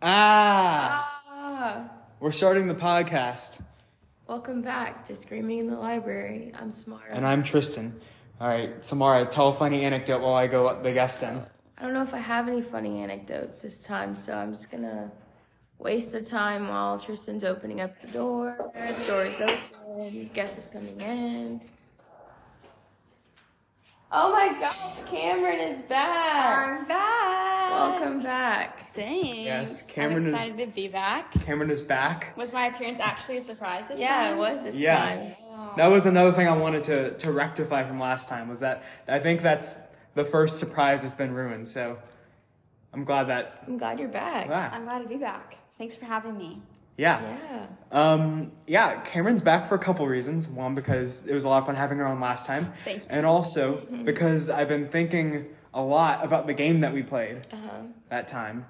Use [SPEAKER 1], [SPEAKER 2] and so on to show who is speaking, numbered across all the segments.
[SPEAKER 1] Ah,
[SPEAKER 2] Ah!
[SPEAKER 1] we're starting the podcast,
[SPEAKER 2] Welcome back to Screaming in the Library. I'm Smart.
[SPEAKER 1] and I'm Tristan. All right, Samara, tell a funny anecdote while I go let the guest in.
[SPEAKER 2] I don't know if I have any funny anecdotes this time, so I'm just gonna waste the time while Tristan's opening up the door. The door is open. Guess is coming in. Oh my gosh, Cameron is back!
[SPEAKER 3] I'm back.
[SPEAKER 2] Welcome back.
[SPEAKER 3] Thanks.
[SPEAKER 1] Yes, Cameron is-
[SPEAKER 3] I'm excited to be back.
[SPEAKER 1] Cameron is back.
[SPEAKER 3] Was my appearance actually a surprise this
[SPEAKER 2] Yeah,
[SPEAKER 3] time?
[SPEAKER 2] it was this
[SPEAKER 1] Yeah.
[SPEAKER 2] time.
[SPEAKER 1] That was another thing I wanted to, to rectify from last time was that I think that's the first surprise that's been ruined. So I'm glad that.
[SPEAKER 2] I'm glad you're back.
[SPEAKER 1] Ah,
[SPEAKER 3] I'm glad to be back. Thanks for having me.
[SPEAKER 1] yeah.
[SPEAKER 2] Yeah.
[SPEAKER 1] Um, yeah, Cameron's back for a couple reasons. One, because it was a lot of fun having her on last time.
[SPEAKER 3] Thank you.
[SPEAKER 1] And also because I've been thinking a lot about the game that we played
[SPEAKER 2] Uh-huh.
[SPEAKER 1] that time.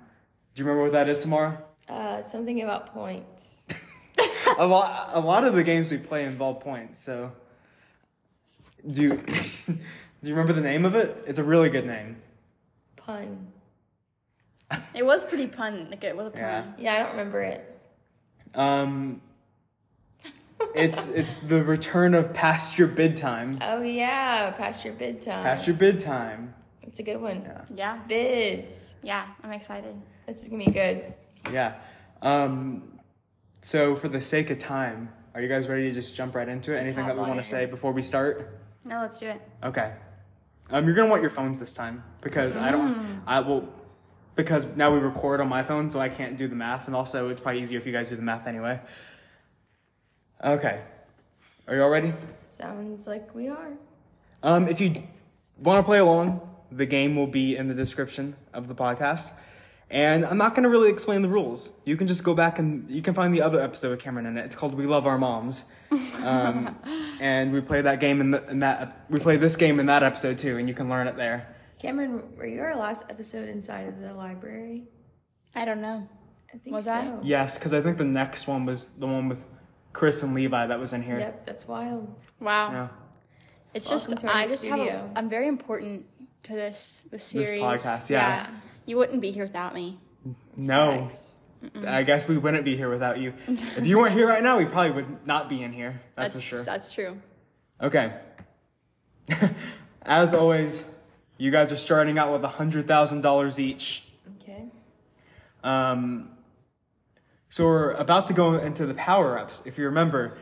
[SPEAKER 1] Do you remember what that is, Samara?
[SPEAKER 2] Uh, something about points.
[SPEAKER 1] a lot a lot of the games we play involve points so do you, do you remember the name of it it's a really good name
[SPEAKER 2] Pun.
[SPEAKER 3] It was pretty pun. Like it was a pun.
[SPEAKER 1] Yeah.
[SPEAKER 2] Yeah, I don't remember it.
[SPEAKER 1] um it's it's the return of past your bid time
[SPEAKER 2] Oh yeah, past your bid time.
[SPEAKER 1] past your bid time
[SPEAKER 2] It's a good one.
[SPEAKER 3] Yeah.
[SPEAKER 2] Bids.
[SPEAKER 3] Yeah, I'm excited.
[SPEAKER 2] This is gonna be good.
[SPEAKER 1] yeah um so for the sake of time are you guys ready to just jump right into it anything
[SPEAKER 2] hop
[SPEAKER 1] that we
[SPEAKER 2] on
[SPEAKER 1] want
[SPEAKER 2] in.
[SPEAKER 1] to say before we start
[SPEAKER 3] No, let's do it.
[SPEAKER 1] okay um you're gonna want your phones this time because i don't i will because now we record on my phone, so I can't do the math, and also it's probably easier if you guys do the math anyway. Okay, are you all ready?
[SPEAKER 2] Sounds like we are.
[SPEAKER 1] Um, if you want to play along, the game will be in the description of the podcast, and I'm not going to really explain the rules. You can just go back and you can find the other episode with Cameron in it. It's called "We Love Our Moms," um, and we play that game in, the, in that ep- we play this game in that episode too, and you can learn it there.
[SPEAKER 2] Cameron, were you our last episode inside of the library?
[SPEAKER 3] I don't know.
[SPEAKER 2] I think
[SPEAKER 3] Was
[SPEAKER 2] so.
[SPEAKER 3] I?
[SPEAKER 1] Yes, because I think the next one was the one with Chris and Levi that was in here.
[SPEAKER 2] Yep, that's wild.
[SPEAKER 3] Wow.
[SPEAKER 1] Yeah.
[SPEAKER 3] It's
[SPEAKER 2] Welcome
[SPEAKER 3] just
[SPEAKER 2] to our
[SPEAKER 3] I
[SPEAKER 2] new
[SPEAKER 3] just have a,
[SPEAKER 2] studio.
[SPEAKER 3] I'm very important to this this
[SPEAKER 1] This
[SPEAKER 3] series.
[SPEAKER 1] podcast, yeah.
[SPEAKER 3] You wouldn't be here without me.
[SPEAKER 1] No,
[SPEAKER 2] Facts.
[SPEAKER 1] I guess we wouldn't be here without you. if you weren't here right now, we probably would not be in here. That's, for sure.
[SPEAKER 3] That's true.
[SPEAKER 1] Okay. As always, you guys are starting out with $100,000 each.
[SPEAKER 2] Okay.
[SPEAKER 1] Um, so we're about to go into the power ups. If you remember,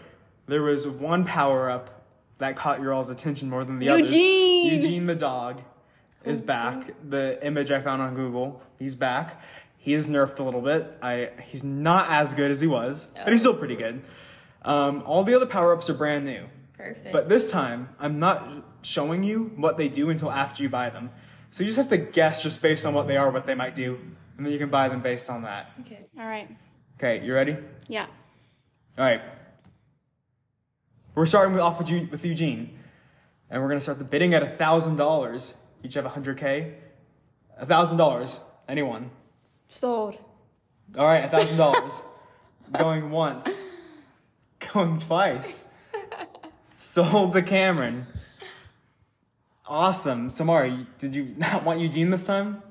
[SPEAKER 1] there was one power up that caught your all's attention more than the
[SPEAKER 3] Eugene!
[SPEAKER 1] others. Eugene the dog is back. The image I found on Google, he's back. He is nerfed a little bit. I he's not as good as he was, but he's still pretty good. Um, all the other power ups are brand new.
[SPEAKER 2] Perfect.
[SPEAKER 1] But this time, I'm not showing you what they do until after you buy them. So you just have to guess just based on what they are, what they might do, and then you can buy them based on that.
[SPEAKER 2] okay.
[SPEAKER 3] All right.
[SPEAKER 1] Okay, you ready?
[SPEAKER 3] Yeah.
[SPEAKER 1] All right. We're starting with- off with, Eu- with Eugene, and we're gonna start the bidding at thousand dollars. Each have hundred k. thousand dollars, anyone?
[SPEAKER 3] Sold.
[SPEAKER 1] All right, thousand dollars. Going once. Going twice. Sold to Cameron. Awesome, Samari. you- Did you not want Eugene this time?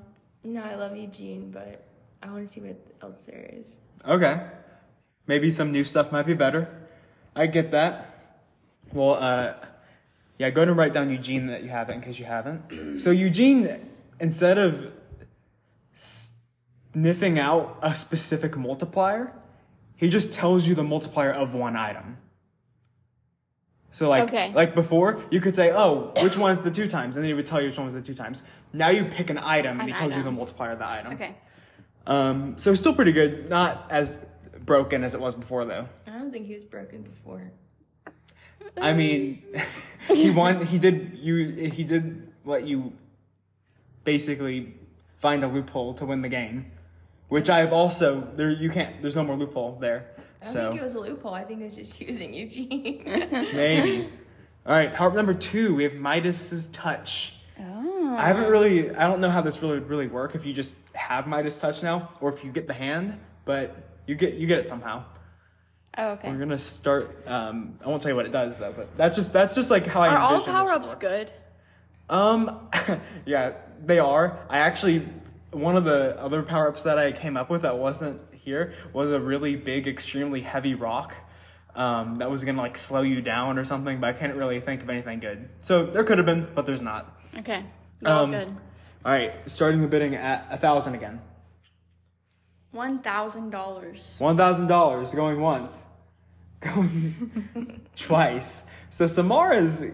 [SPEAKER 2] No, I love Eugene, but I want to see what else there is.
[SPEAKER 1] Okay. Maybe some new stuff might be better. I get that. Well, uh, yeah, go ahead and write down Eugene that you have it in case you haven't. So, Eugene, instead of sniffing out a specific multiplier, he just tells you the multiplier of one item. So like
[SPEAKER 3] Okay.
[SPEAKER 1] like before, you could say, "Oh, which one's the two times?" and then he would tell you which one was the two times. Now you pick an item and
[SPEAKER 3] An
[SPEAKER 1] he tells you
[SPEAKER 3] item.
[SPEAKER 1] the multiplier of the item.
[SPEAKER 3] Okay.
[SPEAKER 1] Um, so still pretty good. Not as broken as it was before, though.
[SPEAKER 2] I don't think he was broken before.
[SPEAKER 1] I mean, he won. He did. You. He did let you basically find a loophole to win the game, which I've also there. You can't. There's no more loophole there.
[SPEAKER 2] I don't think it
[SPEAKER 1] So
[SPEAKER 2] was a loophole. I think it was just using Eugene.
[SPEAKER 1] maybe. All right. Power up number two. We have Midas's touch.
[SPEAKER 3] Oh.
[SPEAKER 1] I haven't really. I don't know how this really would really work if you just have Midas touch now, or if you get the hand. But you get you get it somehow.
[SPEAKER 3] Oh, okay.
[SPEAKER 1] We're gonna start. Um, I won't tell you what it does though, but that's just that's just like how I
[SPEAKER 3] Are all
[SPEAKER 1] envision this
[SPEAKER 3] power ups
[SPEAKER 1] work.
[SPEAKER 3] good?
[SPEAKER 1] Um, yeah, they are. I actually one of the other power ups that I came up with that wasn't here was a really big, extremely heavy rock um, that was gonna like slow you down or something. But I can't really think of anything good. So there could have been, but there's not.
[SPEAKER 3] Okay. They're all
[SPEAKER 1] Um,
[SPEAKER 3] good.
[SPEAKER 1] All right, starting the bidding at a thousand again.
[SPEAKER 3] One thousand dollars.
[SPEAKER 1] One thousand dollars going once, going twice. So Samara's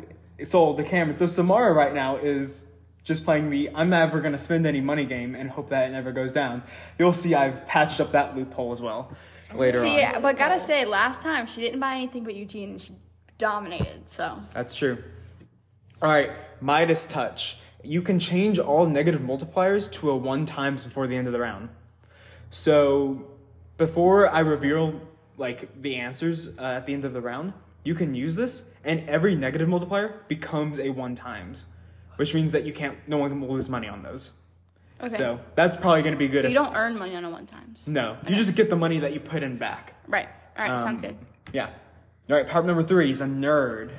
[SPEAKER 1] sold to Cameron. So Samara right now is just playing the "I'm never gonna spend any money" game and hope that it never goes down. You'll see I've patched up that loophole as well later
[SPEAKER 3] See,
[SPEAKER 1] on.
[SPEAKER 3] yeah, but gotta say, last time she didn't buy anything but Eugene, and she dominated. So
[SPEAKER 1] That's true. All right, Midas touch. You can change all negative multipliers to a one times before the end of the round. So, before I reveal like the answers uh, at the end of the round, you can use this, and every negative multiplier becomes a one times, which means that you can't. No one will lose money on those.
[SPEAKER 3] okay.
[SPEAKER 1] So that's probably going to be good.
[SPEAKER 3] you
[SPEAKER 1] if-
[SPEAKER 3] don't earn money on a one times.
[SPEAKER 1] No, you just get the money that you put in back.
[SPEAKER 3] Right. All right. sounds
[SPEAKER 1] Um,
[SPEAKER 3] good.
[SPEAKER 1] Yeah. All right, power up number three. He's a nerd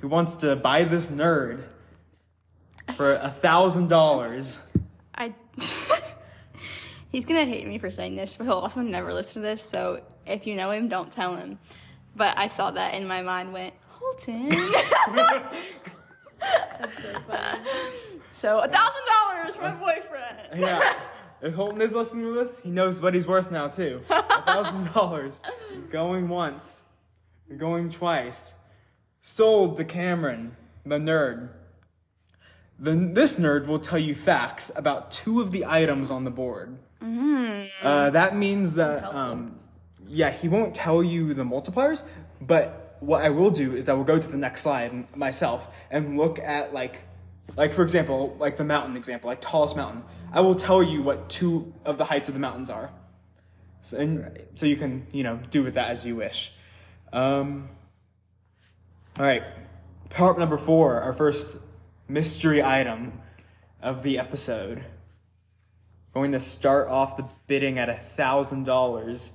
[SPEAKER 1] who wants to buy this nerd for a thousand dollars.
[SPEAKER 3] I. He's gonna hate me for saying this, but he'll also never listen to this. So if you know him, don't tell him. But I saw that and my mind went Holton.
[SPEAKER 2] That's so funny.
[SPEAKER 3] so a thousand dollars
[SPEAKER 1] Uh,
[SPEAKER 3] for my boyfriend.
[SPEAKER 1] Yeah. If Holton is listening to this, he knows what he's worth now too. A thousand dollars. Going once. Going twice. Sold to Cameron, the nerd. Then this nerd will tell you facts about two of the items on the board.
[SPEAKER 3] Mm-hmm.
[SPEAKER 1] Uh, that means that,
[SPEAKER 2] helpful.
[SPEAKER 1] um, yeah, he won't tell you the multipliers, but what I will do is I will go to the next slide m- myself and look at like, like for example, like the mountain example, like tallest mountain. I will tell you what two of the heights of the mountains are, so, and so you can you know do with that as you wish. Um, all right, power up number four, our first mystery item of the episode going to start off the bidding at a thousand dollars.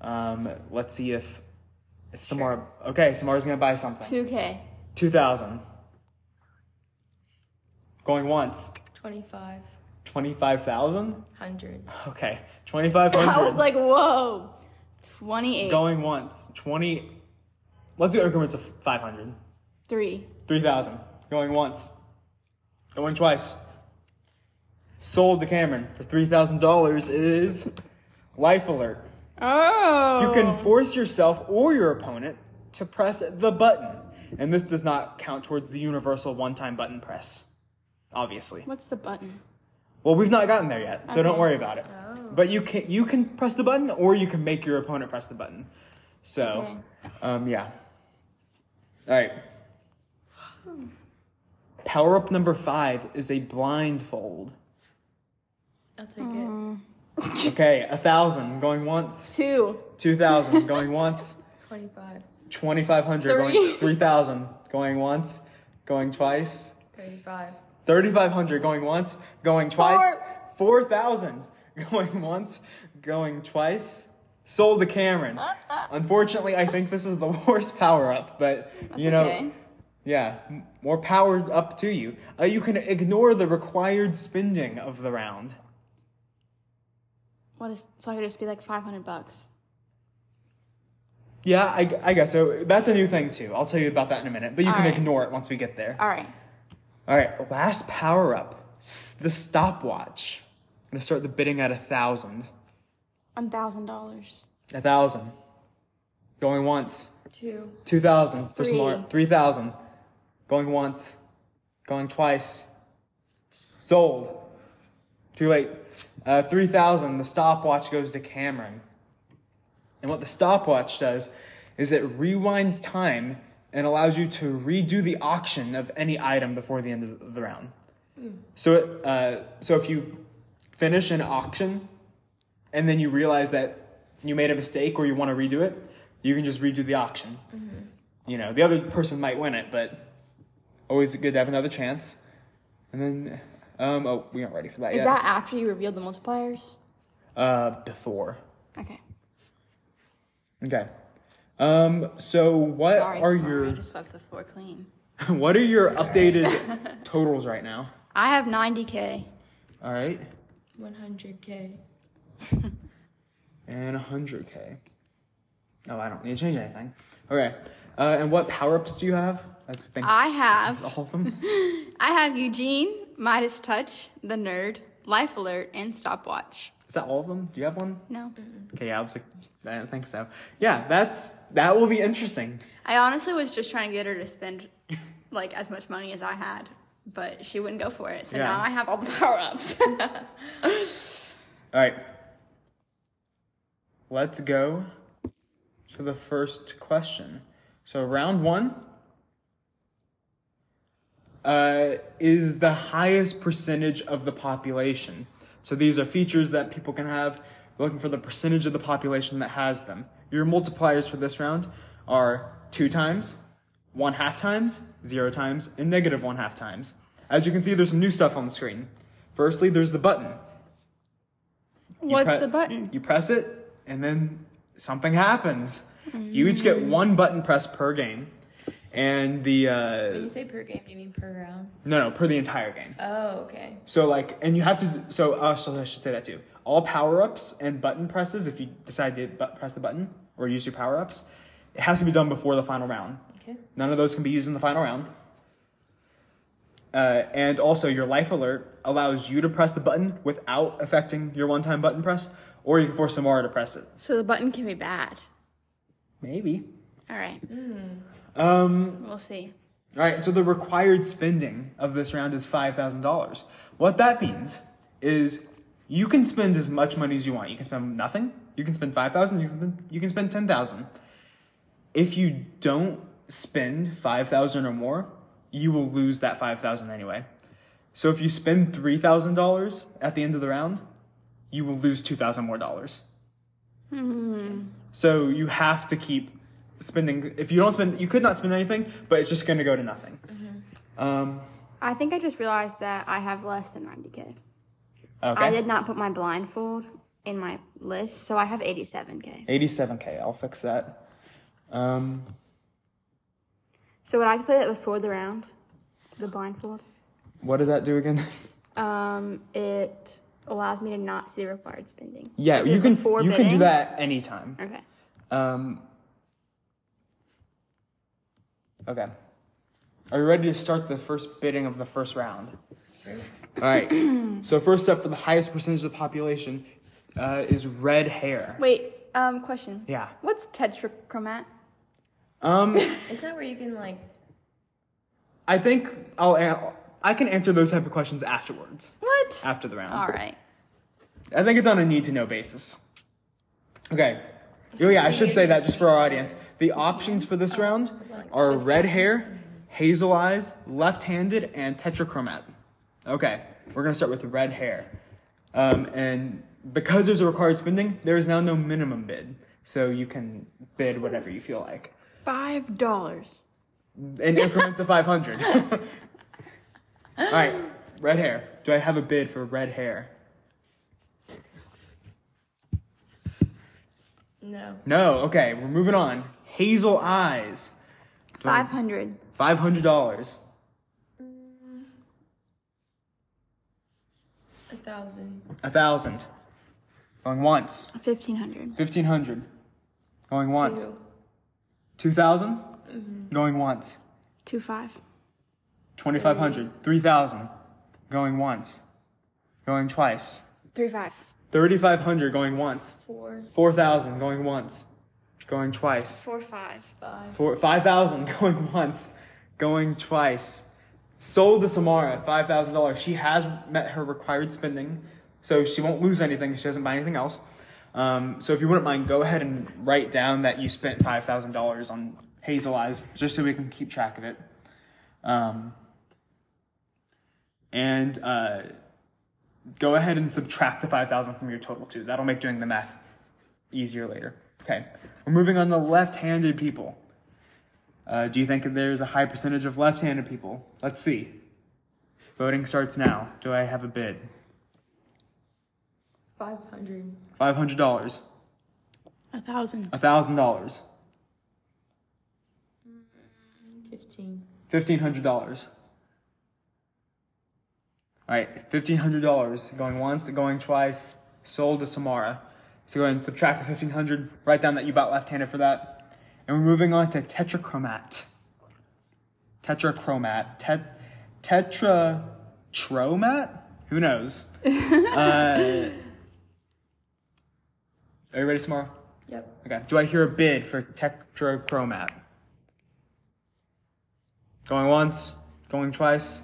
[SPEAKER 1] Um, let's see if if Samara okay, Samara's gonna buy something.
[SPEAKER 3] Two K.
[SPEAKER 1] Two thousand. Going once.
[SPEAKER 2] 25,
[SPEAKER 1] Twenty five thousand?
[SPEAKER 2] 100.
[SPEAKER 1] Okay. Twenty five
[SPEAKER 3] I was
[SPEAKER 1] hundred.
[SPEAKER 3] like, whoa. Twenty eight.
[SPEAKER 1] Going once. Twenty let's do increments of five hundred.
[SPEAKER 3] Three.
[SPEAKER 1] Three thousand. Going once. Going twice. Sold to Cameron for three thousand dollars is life alert.
[SPEAKER 3] Oh.
[SPEAKER 1] You can force yourself or your opponent to press the button. And this does not count towards the universal one time button press, obviously.
[SPEAKER 3] What's the button?
[SPEAKER 1] Well, we've not gotten there yet, so don't
[SPEAKER 3] Okay. Oh.
[SPEAKER 1] worry about it. But you can, you can press the button or you can make your opponent press the button. So, um, yeah. All right. Power up number five is a blindfold.
[SPEAKER 2] I'll take it.
[SPEAKER 1] Okay, a thousand going once,
[SPEAKER 3] Two.
[SPEAKER 1] two thousand going once.
[SPEAKER 2] 25,
[SPEAKER 1] 2500
[SPEAKER 3] Three.
[SPEAKER 1] going 3000 going once going twice
[SPEAKER 2] 35,
[SPEAKER 1] 3500 going once going twice 4000 going once going twice sold to cameron unfortunately i think this is the worst power up but you know
[SPEAKER 3] okay.
[SPEAKER 1] yeah m- more power up to you uh, you can ignore the required spending of the round
[SPEAKER 3] What is? So I could just be like five hundred bucks.
[SPEAKER 1] yeah I, g- I guess so that's a new thing too i'll tell you about that in a minute but you
[SPEAKER 3] All
[SPEAKER 1] can
[SPEAKER 3] right.
[SPEAKER 1] ignore it once we get there
[SPEAKER 3] All right.
[SPEAKER 1] All right, last power up. S- the stopwatch. I'm gonna start the bidding at a thousand.
[SPEAKER 3] One thousand dollars.
[SPEAKER 1] A thousand. Going once.
[SPEAKER 2] 2,
[SPEAKER 1] Two thousand for some more.
[SPEAKER 3] Three.
[SPEAKER 1] Three thousand. Going once. Going twice. Sold. Too late. Uh, Three thousand. The stopwatch goes to Cameron. And what the stopwatch does is it rewinds time and allows you to redo the auction of any item before the end of the round. So, it, uh, so if you finish an auction and then you realize that you made a mistake or you want to redo it, you can just redo the auction.
[SPEAKER 3] Mm-hmm.
[SPEAKER 1] You know, the other person might win it, but always good to have another chance. And then, um, oh, we aren't ready for that
[SPEAKER 3] Is
[SPEAKER 1] yet.
[SPEAKER 3] that after you revealed the multipliers?
[SPEAKER 1] uh, before.
[SPEAKER 3] Okay.
[SPEAKER 1] Okay. Um, so what
[SPEAKER 3] Sorry,
[SPEAKER 1] are
[SPEAKER 3] sorry, I
[SPEAKER 1] your
[SPEAKER 3] just swept the floor clean.
[SPEAKER 1] what are your updated totals right now?
[SPEAKER 3] I have ninety k.
[SPEAKER 1] All right.
[SPEAKER 2] 100k.
[SPEAKER 1] And 100k. Oh, I don't need to change anything. Okay. Uh, and what power ups do you have? I think
[SPEAKER 3] I have
[SPEAKER 1] all of them.
[SPEAKER 3] I have Eugene, Midas Touch, The Nerd, Life Alert, and Stopwatch.
[SPEAKER 1] Is that all of them? Do you have one?
[SPEAKER 3] No.
[SPEAKER 1] Okay, yeah, I was like, I don't think so. Yeah, that's that will be interesting.
[SPEAKER 3] I honestly was just trying to get her to spend like as much money as I had, but she wouldn't go for it. So
[SPEAKER 1] Yeah.
[SPEAKER 3] now I have all the power ups.
[SPEAKER 1] All right. Let's go to the first question. So, round one uh, is the highest percentage of the population. So, these are features that people can have. We're looking for the percentage of the population that has them. Your multipliers for this round are two times, one half times, zero times, and negative one half times. As you can see, there's some new stuff on the screen. Firstly, there's the button. You
[SPEAKER 3] What's
[SPEAKER 1] pre-
[SPEAKER 3] the button?
[SPEAKER 1] You press it, and then something happens. You each get
[SPEAKER 3] Mm.
[SPEAKER 1] one button press per game, and the uh,
[SPEAKER 2] When you say per game, you mean per round?
[SPEAKER 1] no no per the entire game.
[SPEAKER 2] Oh, okay.
[SPEAKER 1] So like, and you have to so uh, so I should say that too. All power ups and button presses, if you decide to bu- press the button or use your power ups, it has to be done before the final round.
[SPEAKER 2] Okay.
[SPEAKER 1] None of those can be used in the final round. Uh, and also, your life alert allows you to press the button without affecting your one time button press, or you can force Samara to press it.
[SPEAKER 3] So the button can be bad.
[SPEAKER 1] Maybe.
[SPEAKER 3] All right,
[SPEAKER 1] Um,
[SPEAKER 3] Hmm. we'll see.
[SPEAKER 1] all right, so the required spending of this round is $5,000. What that means is you can spend as much money as you want. You can spend nothing, you can spend 5,000, you can spend you can spend 10,000. If you don't spend 5,000 or more, you will lose that 5,000 anyway. So if you spend $3,000 at the end of the round, you will lose 2,000 more dollars. So you have to keep spending. If you don't spend, you could not spend anything, but it's just going to go to nothing. Um,
[SPEAKER 4] I think I just realized that I have less than 90k. I
[SPEAKER 1] okay.
[SPEAKER 4] did not put my blindfold in my list, so I have 87k.
[SPEAKER 1] 87K. I'll fix that. Um,
[SPEAKER 4] So would I put it before the round? The blindfold?
[SPEAKER 1] what does that do again?
[SPEAKER 4] Um, it allows me to not see the required spending.
[SPEAKER 1] yeah,
[SPEAKER 4] Is
[SPEAKER 1] you
[SPEAKER 4] it
[SPEAKER 1] can
[SPEAKER 4] before
[SPEAKER 1] you can do
[SPEAKER 4] bidding?
[SPEAKER 1] that anytime.
[SPEAKER 4] Okay.
[SPEAKER 1] Um, okay. Are you ready to start the first bidding of the first round? All right. so first up for the highest percentage of the population uh, is red hair.
[SPEAKER 3] Wait, um, question.
[SPEAKER 1] Yeah.
[SPEAKER 3] What's tetrachromat?
[SPEAKER 1] Um.
[SPEAKER 2] Is that where you can like?
[SPEAKER 1] I think I'll an- I can answer those type of questions afterwards,
[SPEAKER 3] What?
[SPEAKER 1] after the round.
[SPEAKER 3] All right.
[SPEAKER 1] I think it's on a need to know basis. Okay. Oh yeah, I should say that just for our audience. The options for this round are red hair, hazel eyes, left-handed, and tetrachromat. Okay, we're gonna start with red hair, um, and because there's a required spending, there is now no minimum bid, so you can bid whatever you feel like
[SPEAKER 3] Five dollars.
[SPEAKER 1] in increments of 500. All right, red hair. Do I have a bid for red hair?
[SPEAKER 2] No.
[SPEAKER 1] No, okay, we're moving on. Hazel eyes.
[SPEAKER 3] Five hundred.
[SPEAKER 1] $500.
[SPEAKER 2] A thousand.
[SPEAKER 1] 1000 Going once.
[SPEAKER 3] Fifteen hundred.
[SPEAKER 1] 1500 Going once.
[SPEAKER 2] Two.
[SPEAKER 1] 2000 Going once.
[SPEAKER 3] Two five.
[SPEAKER 1] 2500 3000 Going once. Going twice.
[SPEAKER 3] Three five.
[SPEAKER 1] 3500 Going once.
[SPEAKER 2] Four.
[SPEAKER 1] 4000 Going once. Going twice.
[SPEAKER 3] Four five.
[SPEAKER 2] Five.
[SPEAKER 1] Four, 5,000 going once, going twice. Sold to Samara, $5,000. She has met her required spending, so she won't lose anything. She doesn't buy anything else. Um, so if you wouldn't mind, go ahead and write down that you spent $5,000 on Hazel Eyes, just so we can keep track of it. Um, and uh, go ahead and subtract the 5,000 from your total, too. That'll make doing the math easier later. Okay, we're moving on to left-handed people. Uh, do you think there's a high percentage of left-handed people? Let's see. Voting starts now. Do I have a bid?
[SPEAKER 2] Five hundred.
[SPEAKER 1] Five hundred dollars.
[SPEAKER 3] A thousand.
[SPEAKER 1] A thousand dollars.
[SPEAKER 2] Fifteen.
[SPEAKER 1] Fifteen hundred dollars. All right, $1,500 going once, going twice, sold to Samara. So go ahead and subtract the 1500, write down that you bought left-handed for that. And we're moving on to tetrachromat. Tetrachromat. Tet- tetratromat? Who knows? uh, are you ready, Samara?
[SPEAKER 2] Yep.
[SPEAKER 1] Okay. Do I hear a bid for tetrachromat? Going once, going twice.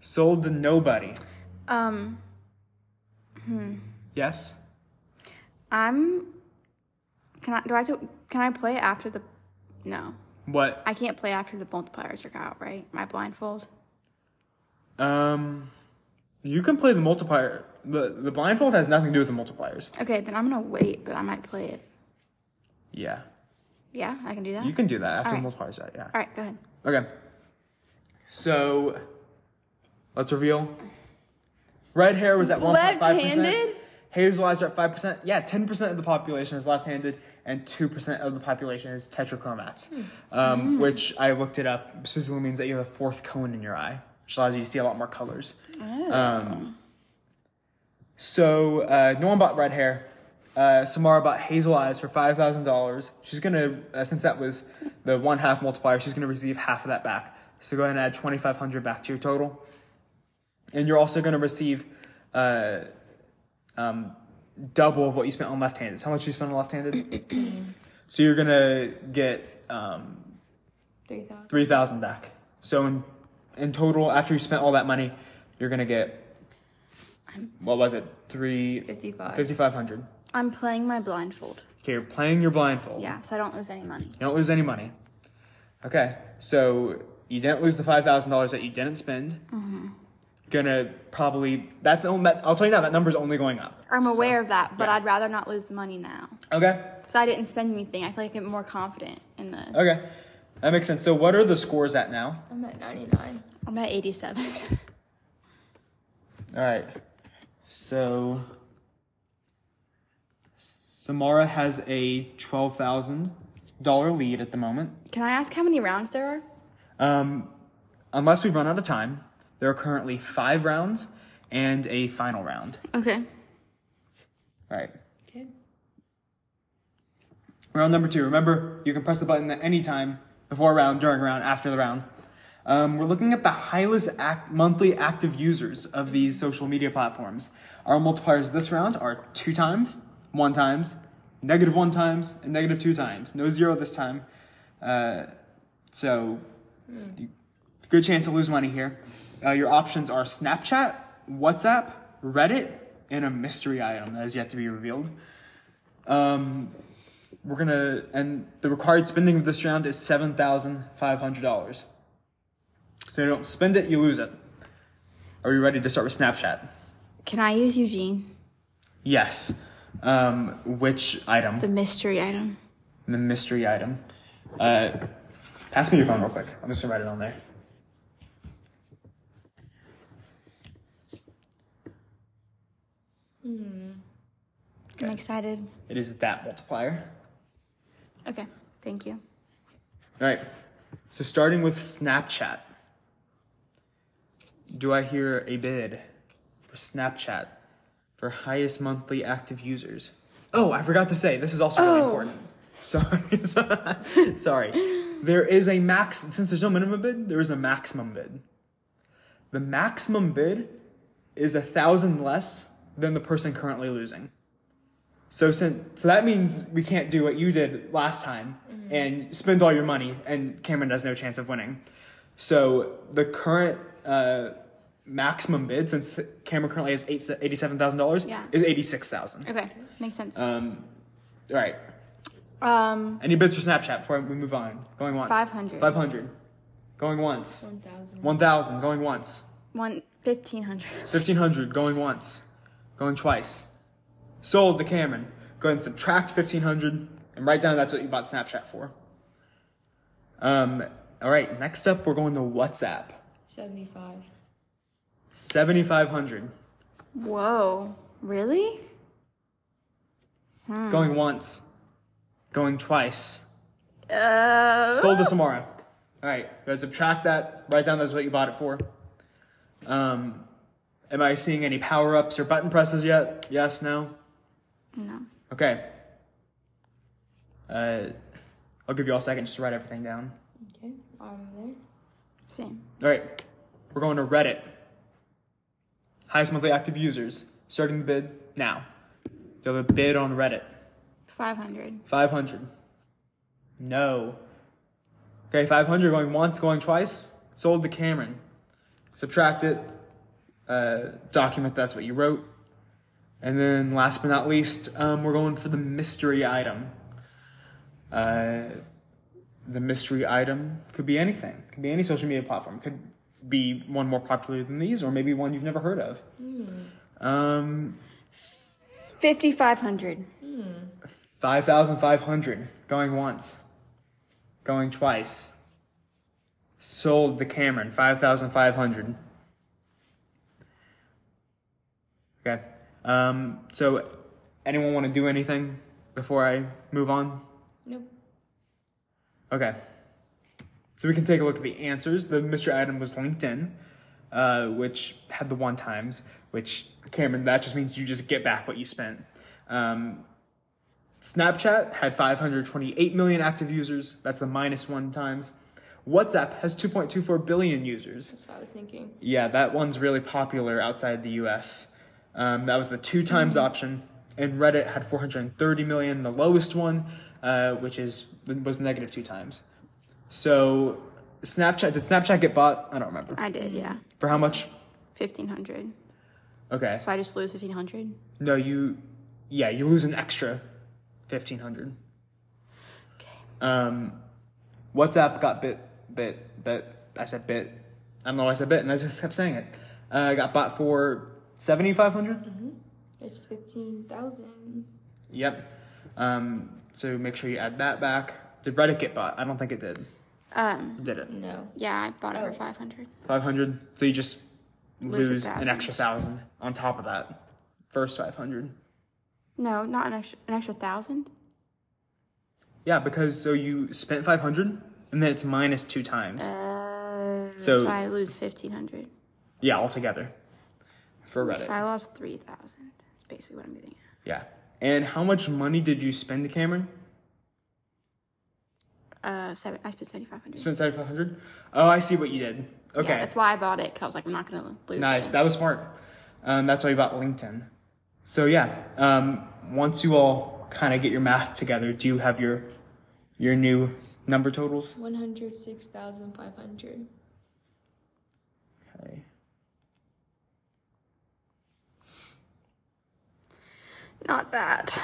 [SPEAKER 1] Sold to nobody.
[SPEAKER 3] Um,
[SPEAKER 1] Yes?
[SPEAKER 3] I'm. Can I do I do- can I play after the? No,
[SPEAKER 1] What?
[SPEAKER 3] I can't play after the multipliers are out. Right? My blindfold.
[SPEAKER 1] Um you can play the multiplier. The the blindfold has nothing to do with the multipliers.
[SPEAKER 3] Okay, then I'm gonna wait, but I might play it.
[SPEAKER 1] Yeah.
[SPEAKER 3] Yeah, I can do that.
[SPEAKER 1] You can do that after
[SPEAKER 3] All
[SPEAKER 1] the
[SPEAKER 3] right.
[SPEAKER 1] multipliers out, yeah.
[SPEAKER 3] All right, go ahead.
[SPEAKER 1] Okay. So let's reveal. Red hair was at 1.5%.
[SPEAKER 3] Left-handed?
[SPEAKER 1] Hazel eyes are at 5%. Yeah, 10% of the population is left handed, and 2% of the population is tetrachromats, um, which I looked it up specifically means that you have a fourth cone in your eye, which allows you to see a lot more colors. Um, so uh, no one bought red hair. Uh, Samara bought hazel eyes for five thousand dollars. She's gonna, uh, since that was the one half multiplier, she's gonna receive half of that back. So go ahead and add twenty five hundred back to your total, and you're also gonna receive uh, um, double of what you spent on left handed. So how much you spent on left handed? so you're gonna get um,
[SPEAKER 2] Three thousand.
[SPEAKER 1] three thousand back. So in in total, after you spent all that money, you're gonna get what was it? Three
[SPEAKER 2] Fifty-five.
[SPEAKER 1] fifty five hundred.
[SPEAKER 3] I'm playing my blindfold.
[SPEAKER 1] Okay, you're playing your blindfold.
[SPEAKER 3] Yeah, so I don't lose any money.
[SPEAKER 1] You don't lose any money. Okay, so you didn't lose the five thousand dollars that you didn't spend.
[SPEAKER 3] Mm-hmm.
[SPEAKER 1] Gonna probably that's on that. I'll tell you now that number's only going up.
[SPEAKER 3] I'm
[SPEAKER 1] So-
[SPEAKER 3] aware of that, but
[SPEAKER 1] yeah.
[SPEAKER 3] I'd rather not lose the money now.
[SPEAKER 1] Okay,
[SPEAKER 3] Cause I didn't spend anything. I feel like I'm more confident in the.
[SPEAKER 1] okay, that makes sense. So what are the scores at now?
[SPEAKER 2] I'm at ninety-nine.
[SPEAKER 3] I'm at 87.
[SPEAKER 1] All right. So Samara has a twelve thousand dollar lead at the moment.
[SPEAKER 3] Can I ask how many rounds there are?
[SPEAKER 1] Um, unless we run out of time, there are currently five rounds and a final round.
[SPEAKER 3] Okay.
[SPEAKER 1] All right.
[SPEAKER 2] Okay.
[SPEAKER 1] Round number two. Remember, you can press the button at any time before a round, during a round, after the round. Um, we're looking at the highest act- monthly active users of these social media platforms. Our multipliers this round are two times, one times, negative one times, and negative two times. No zero this time. Uh, so, you- good chance to lose money here. Uh, your options are Snapchat, WhatsApp, Reddit, and a mystery item that is yet to be revealed. Um, we're gonna and the required spending of this round is seven thousand five hundred dollars. So you don't spend it, you lose it. Are you ready to start with Snapchat?
[SPEAKER 3] Can I use Eugene?
[SPEAKER 1] Yes. Um, which item?
[SPEAKER 3] The mystery item.
[SPEAKER 1] The mystery item. Uh, pass me your phone real quick. I'm just gonna write it on there.
[SPEAKER 3] I'm excited.
[SPEAKER 1] It is that multiplier.
[SPEAKER 3] Okay. Thank you.
[SPEAKER 1] All right. So starting with Snapchat. Do I hear a bid for Snapchat for highest monthly active users? Oh, I forgot to say this is also really
[SPEAKER 3] Oh.
[SPEAKER 1] important. Sorry, sorry. There is a max since there's no minimum bid. There is a maximum bid. The maximum bid is a thousand less than the person currently losing. So since, so that means we can't do what you did last time and spend all your money, and Cameron has no chance of winning. So the current uh, maximum bid, since Cameron currently has eight, eighty-seven thousand dollars,
[SPEAKER 3] Yeah.
[SPEAKER 1] is eighty-six thousand.
[SPEAKER 3] Okay. Makes sense.
[SPEAKER 1] Um, all right.
[SPEAKER 3] Um,
[SPEAKER 1] Any bids for Snapchat before we move on? Going once.
[SPEAKER 3] 500.
[SPEAKER 1] Five hundred. Going once.
[SPEAKER 2] One thousand.
[SPEAKER 1] One thousand. Going once.
[SPEAKER 3] one fifteen hundred.
[SPEAKER 1] Fifteen hundred. Going once. Going twice. Sold to Cameron. Go ahead and subtract fifteen hundred and write down that's what you bought Snapchat for. Um. All right. Next up, we're going to WhatsApp.
[SPEAKER 2] Seventy-five.
[SPEAKER 1] Seventy-five hundred.
[SPEAKER 3] Whoa. Really?
[SPEAKER 1] Going once. Going twice.
[SPEAKER 3] Uh.
[SPEAKER 1] Sold to Samara. All right. Go ahead, subtract that. Write down that's what you bought it for. Um, am I seeing any power ups or button presses yet? Yes, no?
[SPEAKER 4] No.
[SPEAKER 1] Okay. Uh, I'll give you all a second just to write everything down.
[SPEAKER 2] Okay, bottom there.
[SPEAKER 4] Same.
[SPEAKER 1] All right, we're going to Reddit. Highest monthly active users. Starting the bid now. You have a bid on Reddit.
[SPEAKER 4] 500.
[SPEAKER 1] 500. No. Okay, 500 going once, going twice. Sold to Cameron. Subtract it. Uh, document that's what you wrote. And then last but not least, um, we're going for the mystery item. Uh, the mystery item could be anything, could be any social media platform, could be one more popular than these, or maybe one you've never heard of. Um,
[SPEAKER 4] 5,500.
[SPEAKER 1] 5,500 going once, going twice. Sold to Cameron, 5,500. Okay. Um, so, anyone want to do anything before I move on?
[SPEAKER 2] Nope.
[SPEAKER 1] Okay. So we can take a look at the answers. The mystery item was LinkedIn, uh, which had the one times, which, Cameron, that just means you just get back what you spent. Um, Snapchat had 528 million active users. That's the minus one times. WhatsApp has 2.24 billion users.
[SPEAKER 2] That's what I was thinking.
[SPEAKER 1] Yeah, that one's really popular outside the US. Um, that was the two times option. And Reddit had 430 million, the lowest one, uh, which is was negative two times. So Snapchat, did Snapchat get bought? I don't remember.
[SPEAKER 4] I did, yeah.
[SPEAKER 1] For how much?
[SPEAKER 4] 1,500.
[SPEAKER 1] Okay.
[SPEAKER 4] So I just lose 1,500?
[SPEAKER 1] No, you, yeah, you lose an extra 1500
[SPEAKER 4] Okay.
[SPEAKER 1] Um, WhatsApp got bit, bit, bit. I said bit. I don't know why I said bit, and I just kept saying it. Uh, got bought for seventy five hundred.
[SPEAKER 2] It's fifteen thousand.
[SPEAKER 1] Yep. Um, so make sure you add that back. Did Reddit get bought? I don't think it did.
[SPEAKER 4] Um,
[SPEAKER 1] Did it?
[SPEAKER 2] No.
[SPEAKER 4] yeah, I bought it
[SPEAKER 2] Oh.
[SPEAKER 4] for 500.
[SPEAKER 1] Five hundred. So you just
[SPEAKER 4] Lose
[SPEAKER 1] lose,
[SPEAKER 4] a
[SPEAKER 1] an
[SPEAKER 4] thousand.
[SPEAKER 1] extra thousand on top of that first five hundred.
[SPEAKER 4] No, not an extra, an extra thousand.
[SPEAKER 1] Yeah, because so you spent five hundred, and then it's minus two times.
[SPEAKER 4] Uh,
[SPEAKER 1] So-
[SPEAKER 4] so, I lose 1,500.
[SPEAKER 1] yeah, altogether. For Reddit.
[SPEAKER 4] So I lost 3,000. That's basically what I'm getting
[SPEAKER 1] Yeah. And how much money did you spend, Cameron?
[SPEAKER 4] at. Uh, seven, I spent 7,500.
[SPEAKER 1] You spent seventy five hundred. Oh, I see what you did. Okay,
[SPEAKER 4] Yeah, that's why I bought it, because I was like, I'm not going to lose
[SPEAKER 1] nice.
[SPEAKER 4] it.
[SPEAKER 1] That was smart. Um, that's why you bought LinkedIn. So yeah, um, once you all kind of get your math together, do you have your your new number totals?
[SPEAKER 2] One hundred six thousand five hundred.
[SPEAKER 1] Okay.
[SPEAKER 4] Not that.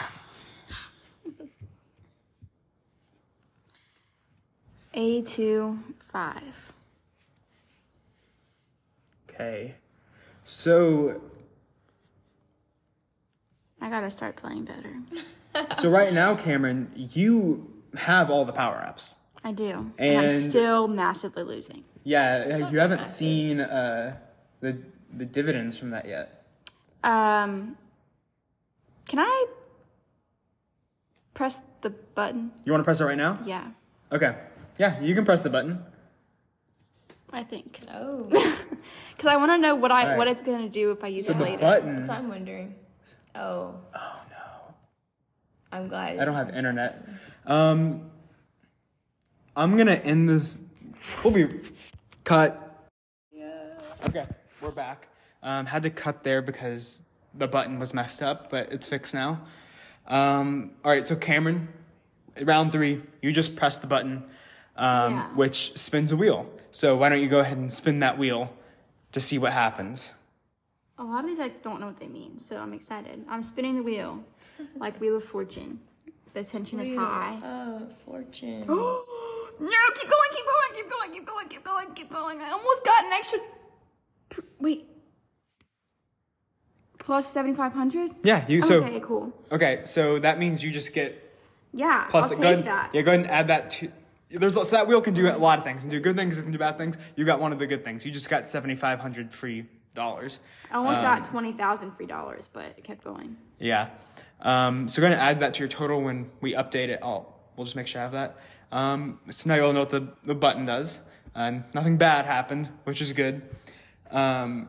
[SPEAKER 4] A two five.
[SPEAKER 1] Okay. So
[SPEAKER 4] I gotta start playing better.
[SPEAKER 1] so right now, Cameron, you have all the power apps.
[SPEAKER 4] I do. And, I'm
[SPEAKER 1] And-
[SPEAKER 4] still massively losing.
[SPEAKER 1] Yeah, you haven't
[SPEAKER 2] massive.
[SPEAKER 1] seen uh, the the dividends from that yet.
[SPEAKER 4] Um can I press the button?
[SPEAKER 1] You want to press it right now?
[SPEAKER 4] Yeah.
[SPEAKER 1] Okay. Yeah, you can press the button.
[SPEAKER 4] I think.
[SPEAKER 2] Oh,
[SPEAKER 4] Because I wanna know what I
[SPEAKER 1] Alright.
[SPEAKER 4] what it's gonna do if I use
[SPEAKER 1] So
[SPEAKER 4] it
[SPEAKER 1] the
[SPEAKER 4] later.
[SPEAKER 1] button.
[SPEAKER 2] that's what I'm wondering. Oh. Oh no. I'm glad.
[SPEAKER 1] I don't have internet. Um, I'm gonna end this. We'll be cut. Yeah. Okay, we're back. Um, had to cut there because the button was messed up, but it's fixed now. Um, all right, so Cameron, round three, you just press the button, um,
[SPEAKER 4] Yeah.
[SPEAKER 1] which spins a wheel. So why don't you go ahead and spin that wheel to see what happens?
[SPEAKER 4] A lot of these I don't know what they mean, so I'm excited. I'm spinning the wheel. Like Wheel of Fortune. The tension is high.
[SPEAKER 2] Oh, fortune.
[SPEAKER 4] no, keep going, keep going, keep going, keep going, keep going, keep going. I almost got an extra. Wait. Plus 7,500?
[SPEAKER 1] Yeah, you so
[SPEAKER 4] okay, cool.
[SPEAKER 1] okay, so that means you just get
[SPEAKER 4] Yeah.
[SPEAKER 1] Plus,
[SPEAKER 4] I'll
[SPEAKER 1] go ahead,
[SPEAKER 4] take that.
[SPEAKER 1] yeah, go ahead and add that to. There's so that wheel can do a lot of things. It can do good things. It can do bad things. You got one of the good things. You just got seventy five hundred free dollars.
[SPEAKER 4] I
[SPEAKER 1] Uh,
[SPEAKER 4] almost got 20,000 free dollars, but it kept going.
[SPEAKER 1] Yeah. Um, so go ahead and add that to your total when we update it. I'll we'll just make sure I have that. Um, so now you all know what the, the button does. And nothing bad happened, which is good. Um,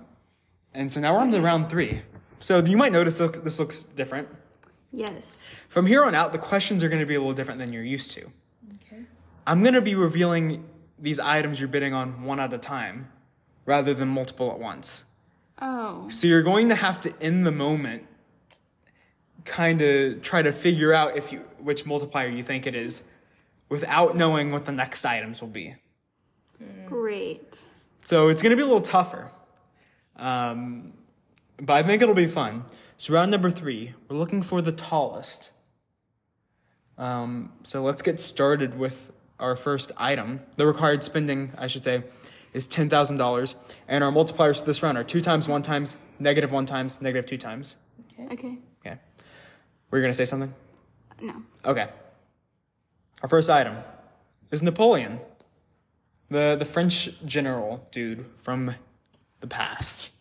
[SPEAKER 1] and so now we're on to round three. So you might notice look- this looks different.
[SPEAKER 4] Yes.
[SPEAKER 1] From here on out, the questions are going to be a little different than you're used to.
[SPEAKER 2] Okay.
[SPEAKER 1] I'm going to be revealing these items you're bidding on one at a time rather than multiple at once.
[SPEAKER 4] Oh.
[SPEAKER 1] So you're going to have to, in the moment, kind of try to figure out if you which multiplier you think it is, without knowing what the next items will be.
[SPEAKER 4] Great.
[SPEAKER 1] So it's going to be a little tougher, um, but I think it'll be fun. So round number three, we're looking for the tallest. Um, so let's get started with our first item. The required spending, I should say, is ten thousand dollars, and our multipliers for this round are two times, one times, negative one times, negative two times.
[SPEAKER 4] Okay.
[SPEAKER 1] Okay. Were you gonna say something?
[SPEAKER 4] No.
[SPEAKER 1] Okay. Our first item is Napoleon, the the French general dude from the past.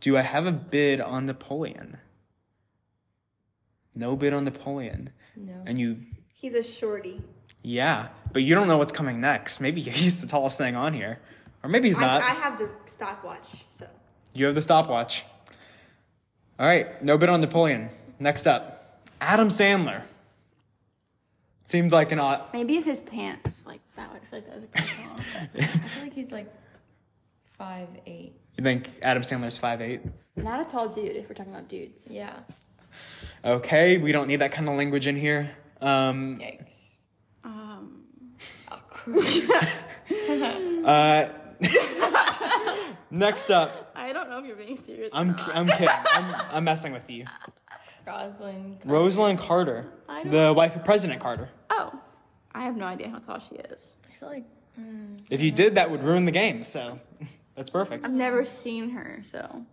[SPEAKER 1] Do I have a bid on Napoleon? No bid on Napoleon.
[SPEAKER 2] No.
[SPEAKER 1] And you,
[SPEAKER 4] He's a shorty.
[SPEAKER 1] yeah, but you don't know what's coming next. Maybe he's the tallest thing on here, or maybe he's not.
[SPEAKER 4] have the stopwatch, so.
[SPEAKER 1] You have the stopwatch. All right, no bid on Napoleon. Next up, Adam Sandler. Seems like an odd.
[SPEAKER 4] Maybe if his pants, like that would I feel like that was pretty long.
[SPEAKER 2] I feel like he's like five eight.
[SPEAKER 1] You think Adam Sandler's 5'8?
[SPEAKER 4] Not a tall dude if we're talking about dudes.
[SPEAKER 2] Yeah.
[SPEAKER 1] Okay, we don't need that kind of language in here. Um,
[SPEAKER 2] Yikes.
[SPEAKER 4] Um,
[SPEAKER 2] Oh,
[SPEAKER 1] uh, next up,
[SPEAKER 4] I don't know if you're being serious.
[SPEAKER 1] I'm, I'm kidding. I'm, I'm messing with you.
[SPEAKER 2] Rosalind.
[SPEAKER 1] Rosalind Carter,
[SPEAKER 4] I don't-
[SPEAKER 1] the wife of President Carter.
[SPEAKER 4] oh, I have no idea how tall she is.
[SPEAKER 2] I feel like mm,
[SPEAKER 1] If you did, that would ruin the game, so that's perfect.
[SPEAKER 4] I've never seen her, so.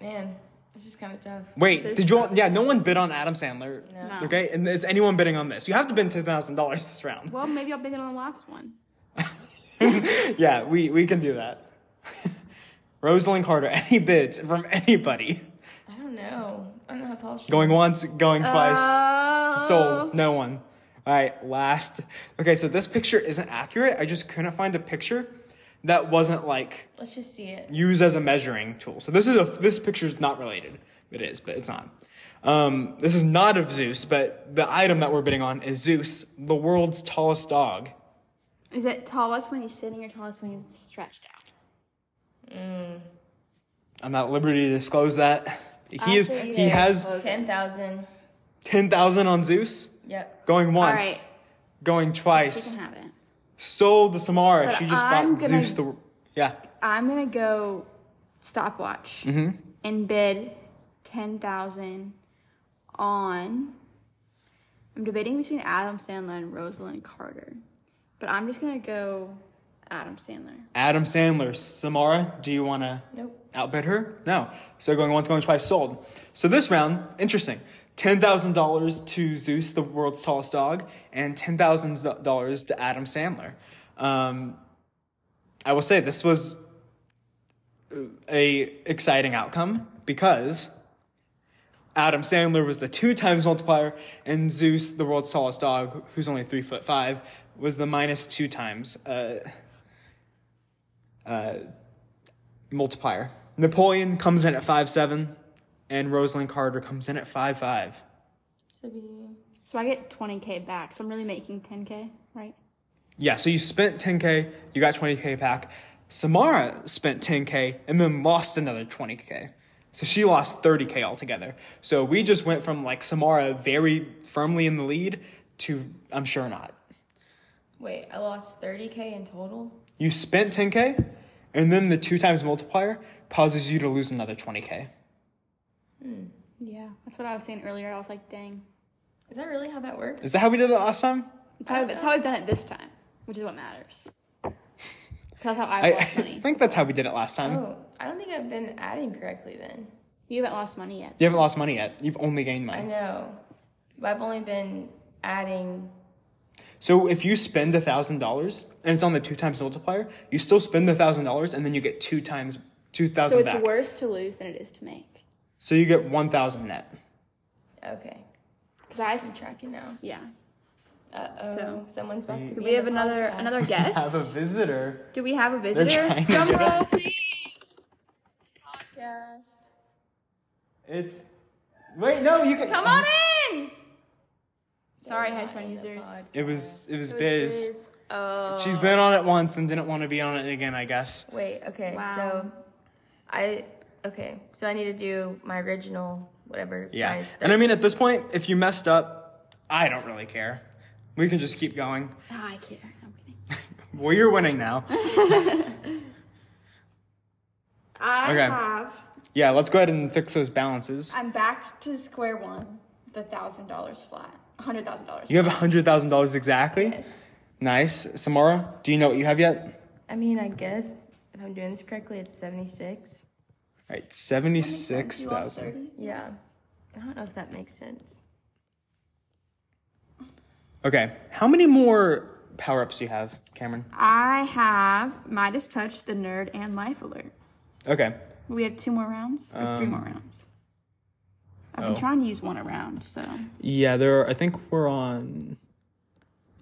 [SPEAKER 2] man, this is kind of tough.
[SPEAKER 1] Wait, did you all? Yeah, no one bid on Adam Sandler.
[SPEAKER 2] No.
[SPEAKER 4] No.
[SPEAKER 1] Okay, and is anyone bidding on this? You have to bid ten thousand dollars this round.
[SPEAKER 4] Well, maybe I'll bid it on the last one.
[SPEAKER 1] yeah, we we can do that. Rosalind Carter, any bids from anybody?
[SPEAKER 2] I don't know. I don't know how tall she.
[SPEAKER 1] Going once, going twice.
[SPEAKER 4] Oh.
[SPEAKER 1] Sold. No one. All right, last. Okay, so this picture isn't accurate. I just couldn't find a picture that wasn't like
[SPEAKER 2] Let's just see it.
[SPEAKER 1] used as a measuring tool. So this is a this picture is not related. It is, but it's not. Um, this is not of Zeus, but the item that we're bidding on is Zeus, the world's tallest dog.
[SPEAKER 4] Is it tallest when he's sitting or tallest when he's stretched out?
[SPEAKER 1] I'm not at liberty to disclose that. He is.
[SPEAKER 4] think
[SPEAKER 1] He
[SPEAKER 4] it
[SPEAKER 1] has
[SPEAKER 2] Ten thousand.
[SPEAKER 1] ten thousand on Zeus,
[SPEAKER 2] Yep.
[SPEAKER 1] going once,
[SPEAKER 4] right.
[SPEAKER 1] going
[SPEAKER 4] She
[SPEAKER 1] twice.
[SPEAKER 4] can have it.
[SPEAKER 1] Sold to Samara.
[SPEAKER 4] But
[SPEAKER 1] she just
[SPEAKER 4] I'm
[SPEAKER 1] bought
[SPEAKER 4] gonna-
[SPEAKER 1] Zeus. The yeah.
[SPEAKER 4] I'm gonna go stopwatch and bid ten thousand on. I'm debating between Adam Sandler and Rosalind Carter, but I'm just gonna go Adam Sandler.
[SPEAKER 1] Adam Sandler. Samara, do you want to
[SPEAKER 2] Nope.
[SPEAKER 1] outbid her? No. So going once, going twice, sold. So this round, interesting. $10,000 to Zeus, the world's tallest dog, and $10,000 to Adam Sandler. Um, I will say this was a exciting outcome because Adam Sandler was the two times multiplier, and Zeus, the world's tallest dog, who's only three foot five, was the minus two times uh, uh, multiplier. Napoleon comes in at five seven, and Rosalind Carter comes in at five five.
[SPEAKER 2] To be.
[SPEAKER 4] So I get 20k back. So I'm really making 10k, right?
[SPEAKER 1] Yeah, so you spent 10k, you got 20k back. Samara spent 10k and then lost another 20k. So she lost 30k altogether. So we just went from like Samara very firmly in the lead to I'm sure not.
[SPEAKER 2] Wait, I lost thirty k in total.
[SPEAKER 1] You spent 10k and then the two times multiplier causes you to lose another 20k.
[SPEAKER 4] Yeah, that's what I was saying earlier. I was like, dang,
[SPEAKER 2] Is that really how that works?
[SPEAKER 1] Is that how we did it last time?
[SPEAKER 4] that's how, that's how I've done it this time, which is what matters. 'Cause That's how I
[SPEAKER 1] I,
[SPEAKER 4] lost money.
[SPEAKER 1] think that's how we did it last time.
[SPEAKER 2] Oh, I don't think I've been adding correctly then.
[SPEAKER 4] You haven't lost money yet.
[SPEAKER 1] You haven't lost money yet. You've only gained
[SPEAKER 2] I
[SPEAKER 1] money.
[SPEAKER 2] know. But I've only been adding.
[SPEAKER 1] So if you spend thousand dollars and it's on the two times multiplier, you still spend the thousand dollars and then you get two times two
[SPEAKER 4] So
[SPEAKER 1] thousand
[SPEAKER 4] it's
[SPEAKER 1] back.
[SPEAKER 4] worse to lose than it is to make.
[SPEAKER 1] So you get one thousand net.
[SPEAKER 2] Okay.
[SPEAKER 4] Because I
[SPEAKER 2] I'm tracking now.
[SPEAKER 4] Yeah.
[SPEAKER 2] Uh oh.
[SPEAKER 4] So-
[SPEAKER 2] Someone's back to
[SPEAKER 4] Do
[SPEAKER 2] be
[SPEAKER 4] we
[SPEAKER 2] in
[SPEAKER 4] have
[SPEAKER 2] the
[SPEAKER 4] another
[SPEAKER 2] podcast.
[SPEAKER 4] another
[SPEAKER 1] Have a
[SPEAKER 4] guest?
[SPEAKER 1] visitor.
[SPEAKER 4] Do we have a
[SPEAKER 1] They're
[SPEAKER 4] visitor?
[SPEAKER 1] trying to
[SPEAKER 4] Drum
[SPEAKER 1] get
[SPEAKER 4] roll,
[SPEAKER 1] up.
[SPEAKER 4] please.
[SPEAKER 2] podcast?
[SPEAKER 1] It's. Wait, no, you can.
[SPEAKER 4] Come on in. Oh, Sorry,
[SPEAKER 2] They're not
[SPEAKER 4] headphone
[SPEAKER 2] in the
[SPEAKER 4] users.
[SPEAKER 2] pod.
[SPEAKER 1] It was. It was, Biz.
[SPEAKER 2] Oh.
[SPEAKER 1] She's been on it once and didn't want to be on it again. I guess.
[SPEAKER 2] Wait, okay,
[SPEAKER 4] Wow.
[SPEAKER 2] so I okay, so I need to do my original whatever.
[SPEAKER 1] Yeah.
[SPEAKER 2] Dynasty
[SPEAKER 1] And I mean, at this point, if you messed up, I don't really care. We can just keep going.
[SPEAKER 4] Ah, I care. I'm kidding.
[SPEAKER 1] Well, you're winning now.
[SPEAKER 4] I
[SPEAKER 1] Okay.
[SPEAKER 4] have.
[SPEAKER 1] Yeah, let's go ahead and fix those balances.
[SPEAKER 4] I'm back to square one. The thousand dollars flat. Hundred thousand dollars.
[SPEAKER 1] You have $100,000 exactly?
[SPEAKER 4] Yes.
[SPEAKER 1] Nice. Samara, do you know what you have yet?
[SPEAKER 2] I mean, I guess if I'm doing this correctly, it's seventy six.
[SPEAKER 1] All right, 76,000.
[SPEAKER 2] Yeah. I don't know if that makes sense.
[SPEAKER 1] Okay. How many more power ups do you have, Cameron?
[SPEAKER 4] I have Midas Touch, the Nerd, and Life Alert.
[SPEAKER 1] Okay.
[SPEAKER 4] We have two more rounds or three more rounds. I've been
[SPEAKER 1] Um, oh.
[SPEAKER 4] trying to use one around, so
[SPEAKER 1] Yeah, there are, I think we're on.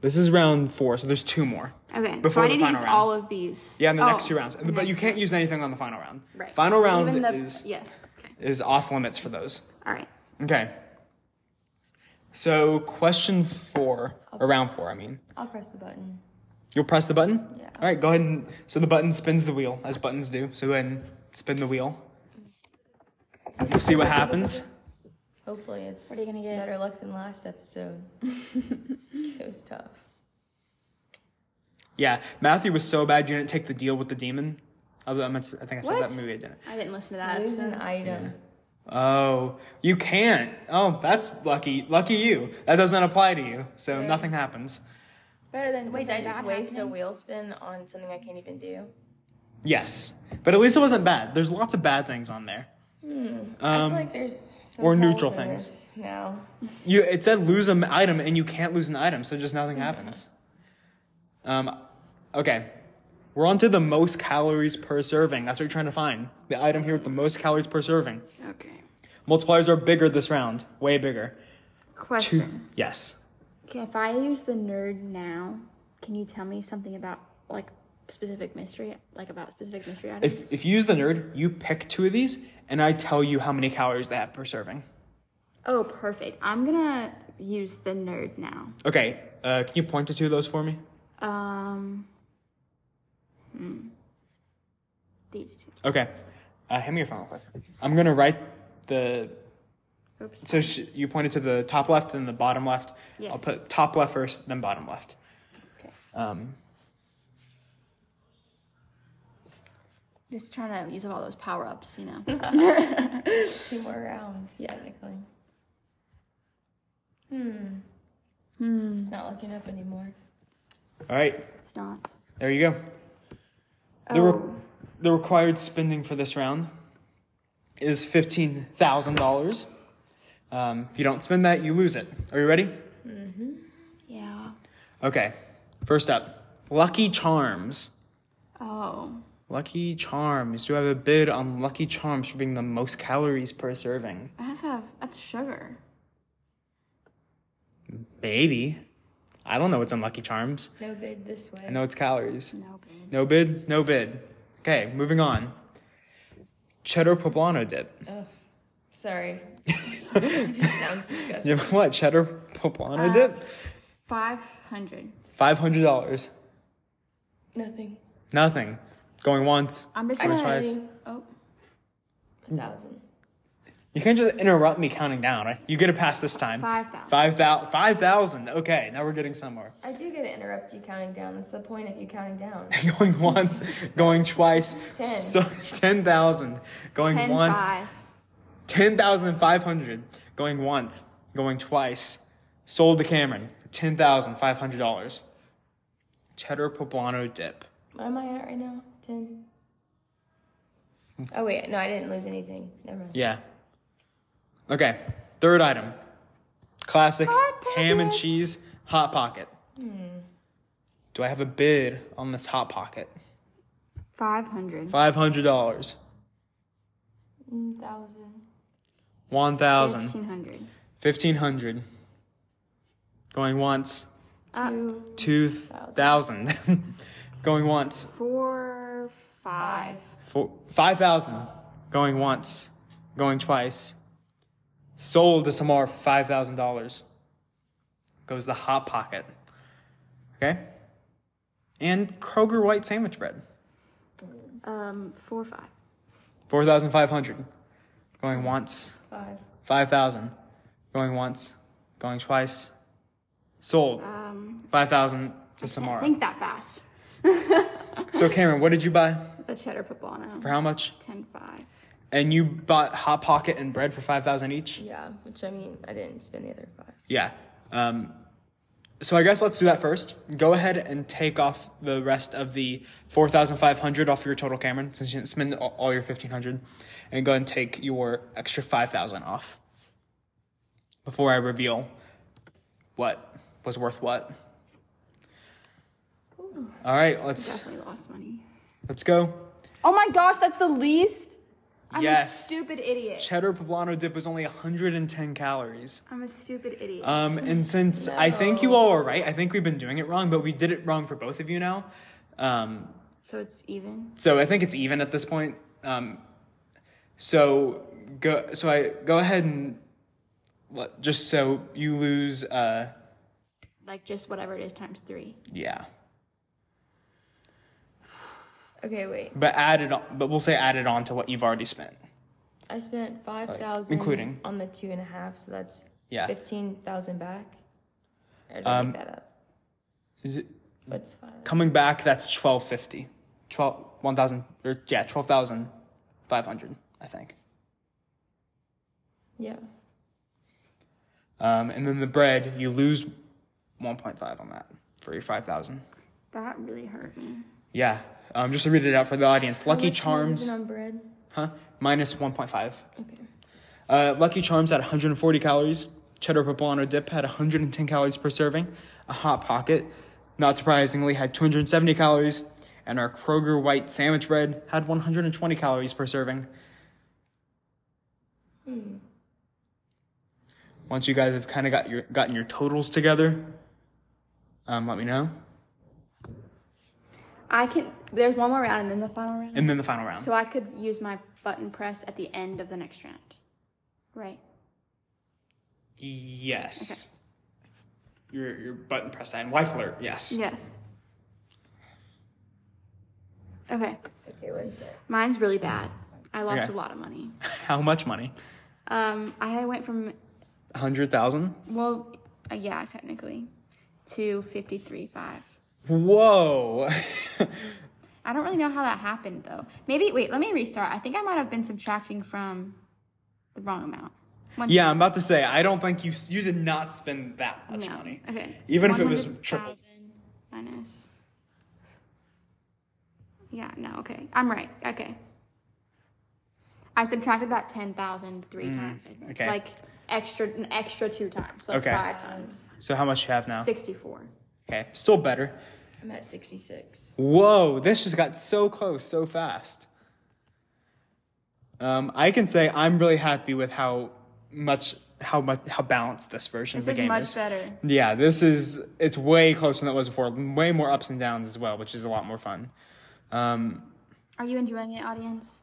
[SPEAKER 1] This is round four, so there's two more.
[SPEAKER 4] okay.
[SPEAKER 1] Before
[SPEAKER 4] so I
[SPEAKER 1] the
[SPEAKER 4] need to use
[SPEAKER 1] final
[SPEAKER 4] all of these.
[SPEAKER 1] Yeah, in the
[SPEAKER 4] Oh,
[SPEAKER 1] next two rounds.
[SPEAKER 4] the
[SPEAKER 1] But you
[SPEAKER 4] next-
[SPEAKER 1] can't use anything on the final round.
[SPEAKER 4] Right.
[SPEAKER 1] Final round
[SPEAKER 4] Even the-
[SPEAKER 1] is
[SPEAKER 4] yes. Okay.
[SPEAKER 1] is off limits for those.
[SPEAKER 4] All right.
[SPEAKER 1] Okay. So question four, or round four, I mean.
[SPEAKER 2] I'll press the button.
[SPEAKER 1] You'll press the button?
[SPEAKER 2] Yeah.
[SPEAKER 1] All right, go ahead and. So the button spins the wheel, as buttons do. So go ahead and spin the wheel. We'll see what happens.
[SPEAKER 2] Hopefully, it's
[SPEAKER 4] What are you gonna get?
[SPEAKER 2] better luck than last episode. it was tough.
[SPEAKER 1] Yeah, Matthew was so bad you didn't take the deal with the demon. I I meant to- I think I said
[SPEAKER 2] What?
[SPEAKER 1] that movie I didn't.
[SPEAKER 4] I didn't listen to that.
[SPEAKER 2] Lose an
[SPEAKER 4] episode.
[SPEAKER 2] item.
[SPEAKER 1] Oh, you can't. Oh, that's lucky. Lucky you. That does not apply to you. So nothing happens.
[SPEAKER 4] Better than
[SPEAKER 2] Wait, did I just
[SPEAKER 4] that
[SPEAKER 2] waste a
[SPEAKER 4] happening.
[SPEAKER 2] wheel spin on something I can't even do?
[SPEAKER 1] Yes, but at least it wasn't bad. There's lots of bad things on there.
[SPEAKER 2] I feel like there's some
[SPEAKER 1] Um, or
[SPEAKER 2] holes
[SPEAKER 1] neutral
[SPEAKER 2] in
[SPEAKER 1] things.
[SPEAKER 2] this now.
[SPEAKER 1] You it said lose an item and you can't lose an item, so just nothing happens. Um, okay, we're on to the most calories per serving. That's what you're trying to find. The item here with the most calories per serving.
[SPEAKER 4] Okay.
[SPEAKER 1] Multipliers are bigger this round, way bigger. Two.
[SPEAKER 4] Question.
[SPEAKER 1] Yes.
[SPEAKER 4] Okay, if I use the nerd now, can you tell me something about like specific mystery, like about specific mystery items?
[SPEAKER 1] If if you use the nerd, you pick two of these, and I tell you how many calories they have per serving.
[SPEAKER 4] oh, perfect. I'm gonna use the nerd now.
[SPEAKER 1] Okay. Uh, can you point to two of those for me?
[SPEAKER 4] Um. Hmm. These two.
[SPEAKER 1] Okay. Uh, hand me your phone real quick. I'm gonna write the.
[SPEAKER 4] Oops.
[SPEAKER 1] So sh- you pointed to the top left and the bottom left. I'll
[SPEAKER 4] Yes.
[SPEAKER 1] put top left first, then bottom left.
[SPEAKER 4] Okay.
[SPEAKER 1] Um,
[SPEAKER 4] Just trying to use up all those power ups, you know.
[SPEAKER 2] Two more rounds, technically. Hmm. It's not looking up anymore.
[SPEAKER 1] all right.
[SPEAKER 4] it's not.
[SPEAKER 1] There you go. The, re- the required spending for this round is fifteen thousand dollars. Um, if you don't spend that, you lose it. Are you ready?
[SPEAKER 4] Yeah.
[SPEAKER 1] Okay. First up, Lucky Charms.
[SPEAKER 4] Oh.
[SPEAKER 1] Lucky Charms. Do I have a bid on Lucky Charms for being the most calories per serving?
[SPEAKER 4] That has to have. That's sugar.
[SPEAKER 1] Maybe. I don't know what's on Lucky Charms.
[SPEAKER 2] No bid this way.
[SPEAKER 1] I know it's calories.
[SPEAKER 4] No, babe.
[SPEAKER 1] No bid, no bid. Okay, moving on. Cheddar poblano dip.
[SPEAKER 2] Sorry. it just sounds disgusting.
[SPEAKER 1] You know what? Cheddar poblano dip?
[SPEAKER 4] Five hundred.
[SPEAKER 1] $500.
[SPEAKER 2] Nothing.
[SPEAKER 1] Nothing. Going once.
[SPEAKER 4] I'm just
[SPEAKER 2] I'm
[SPEAKER 4] gonna.
[SPEAKER 1] twice.
[SPEAKER 4] Oh.
[SPEAKER 2] A thousand.
[SPEAKER 1] You can't just interrupt me counting down, right? You get a pass this time.
[SPEAKER 4] 5,000.
[SPEAKER 1] 5,000. 5,000. Okay, now we're getting somewhere.
[SPEAKER 2] I do get to interrupt you counting down. That's the point of you counting down.
[SPEAKER 1] going once, going twice,
[SPEAKER 2] Ten.
[SPEAKER 1] so ten thousand, going
[SPEAKER 4] Ten
[SPEAKER 1] once,
[SPEAKER 4] five.
[SPEAKER 1] ten thousand five hundred, going once, going twice, sold to Cameron for ten thousand five hundred dollars. Cheddar poblano dip.
[SPEAKER 2] What am I at right now? Ten. Oh wait, no, I didn't lose anything. Never mind.
[SPEAKER 1] Yeah. Okay, third item, classic
[SPEAKER 4] Hot
[SPEAKER 1] ham and
[SPEAKER 4] Pockets. Hmm.
[SPEAKER 1] cheese hot pocket. Do I have a bid on this hot pocket?
[SPEAKER 4] Five hundred.
[SPEAKER 1] Five hundred dollars,
[SPEAKER 2] Mm, Thousand.
[SPEAKER 1] one thousand.
[SPEAKER 4] Fifteen hundred.
[SPEAKER 1] Fifteen hundred. Going once,
[SPEAKER 4] Uh,
[SPEAKER 2] Two,
[SPEAKER 1] 2,000. going once.
[SPEAKER 4] Four, five.
[SPEAKER 1] Four, 5,000. Going once. Going twice. Sold to Samar for $5,000. Goes the Hot Pocket. Okay? And Kroger White Sandwich Bread.
[SPEAKER 4] Um, four, five.
[SPEAKER 1] 4,500. Going once.
[SPEAKER 2] five,
[SPEAKER 1] 5,000. Going once. Going twice. Sold.
[SPEAKER 4] Um,
[SPEAKER 1] 5,000 to
[SPEAKER 4] I
[SPEAKER 1] Samara.
[SPEAKER 4] think that fast.
[SPEAKER 1] So, Cameron, what did you buy?
[SPEAKER 4] The cheddar poblano.
[SPEAKER 1] For how much?
[SPEAKER 4] Ten, five.
[SPEAKER 1] And you bought Hot Pocket and bread for 5,000 each?
[SPEAKER 2] yeah. Which I mean, I didn't spend the other five.
[SPEAKER 1] Yeah. Um, so, I guess let's do that first. Go ahead and take off the rest of the 4,500 off your total, Cameron, since you didn't spend all all your 1,500. And go ahead and take your extra 5,000 off before I reveal what was worth what. All right, let's
[SPEAKER 4] Definitely lost money.
[SPEAKER 1] let's go.
[SPEAKER 4] Oh my gosh, that's the least. I'm
[SPEAKER 1] yes.
[SPEAKER 4] a stupid idiot.
[SPEAKER 1] cheddar poblano dip was only 110 calories.
[SPEAKER 4] I'm a stupid idiot.
[SPEAKER 1] Um, and since I think you all are right, I think we've been doing it wrong, but we did it wrong for both of you now. Um,
[SPEAKER 4] so it's even.
[SPEAKER 1] so I think it's even at this point. Um, so go. So I go ahead and let, just so you lose. Uh,
[SPEAKER 4] Like just whatever it is times three.
[SPEAKER 1] yeah,
[SPEAKER 2] Okay, wait.
[SPEAKER 1] but add it. On, but we'll say add it on to what you've already spent.
[SPEAKER 2] I spent five thousand,
[SPEAKER 1] including.
[SPEAKER 2] on the two and a half, so that's
[SPEAKER 1] Yeah.
[SPEAKER 2] fifteen thousand back. I didn't
[SPEAKER 1] Um,
[SPEAKER 2] make that up.
[SPEAKER 1] Is it-
[SPEAKER 2] That's fine.
[SPEAKER 1] Coming back, that's twelve fifty. Twelve one thousand or yeah, twelve thousand five hundred. I think.
[SPEAKER 2] Yeah.
[SPEAKER 1] Um, and then the bread, you lose 1.5 on that for your 5,000.
[SPEAKER 4] That really hurt me.
[SPEAKER 1] Yeah. Um, just to read it out for the audience.
[SPEAKER 2] How much am
[SPEAKER 1] Lucky
[SPEAKER 2] I losing
[SPEAKER 1] Charms,
[SPEAKER 2] on bread.
[SPEAKER 1] huh? Minus 1.5.
[SPEAKER 2] Okay.
[SPEAKER 1] Uh, Lucky Charms had 140 calories. Cheddar poblano dip had 110 calories per serving. A hot pocket, not surprisingly, had 270 calories, and our Kroger white sandwich bread had 120 calories per serving. Once you guys have kind of got your gotten your totals together, um, let me know,
[SPEAKER 4] I can. There's one more round and then the final round.
[SPEAKER 1] and then the final round.
[SPEAKER 4] So I could use my button press at the end of the next round. Right.
[SPEAKER 1] yes. Your your button press and wife alert. Yes.
[SPEAKER 4] Yes. Okay.
[SPEAKER 2] Okay, what is it?
[SPEAKER 4] Mine's really bad. I lost
[SPEAKER 1] Okay.
[SPEAKER 4] a lot of money.
[SPEAKER 1] How much money?
[SPEAKER 4] Um, I went from
[SPEAKER 1] Hundred thousand.
[SPEAKER 4] well, uh, yeah, technically, to fifty-three five.
[SPEAKER 1] Whoa.
[SPEAKER 4] I don't really know how that happened though. Maybe wait, let me restart. I think I might have been subtracting from the wrong amount. One-
[SPEAKER 1] yeah, I'm about to say I don't think you you did not spend that much
[SPEAKER 4] no.
[SPEAKER 1] money.
[SPEAKER 4] Okay.
[SPEAKER 1] Even if it was
[SPEAKER 4] 100,000
[SPEAKER 1] triple.
[SPEAKER 4] Minus. Yeah, no, okay. I'm right. Okay. I subtracted that 10,000 three times, I think.
[SPEAKER 1] Mm, okay.
[SPEAKER 4] Like extra an extra two times, like
[SPEAKER 1] Okay.
[SPEAKER 4] five times.
[SPEAKER 1] So how much you have now?
[SPEAKER 4] 64.
[SPEAKER 1] Okay, still better.
[SPEAKER 2] I'm at sixty six.
[SPEAKER 1] Whoa, this just got so close so fast. Um, I can say I'm really happy with how much how much how balanced this version
[SPEAKER 4] This
[SPEAKER 1] of the
[SPEAKER 4] is
[SPEAKER 1] game
[SPEAKER 4] much
[SPEAKER 1] is.
[SPEAKER 4] better.
[SPEAKER 1] Yeah, this is it's way closer than it was before. Way more ups and downs as well, which is a lot more fun. Um,
[SPEAKER 4] Are you enjoying it, audience?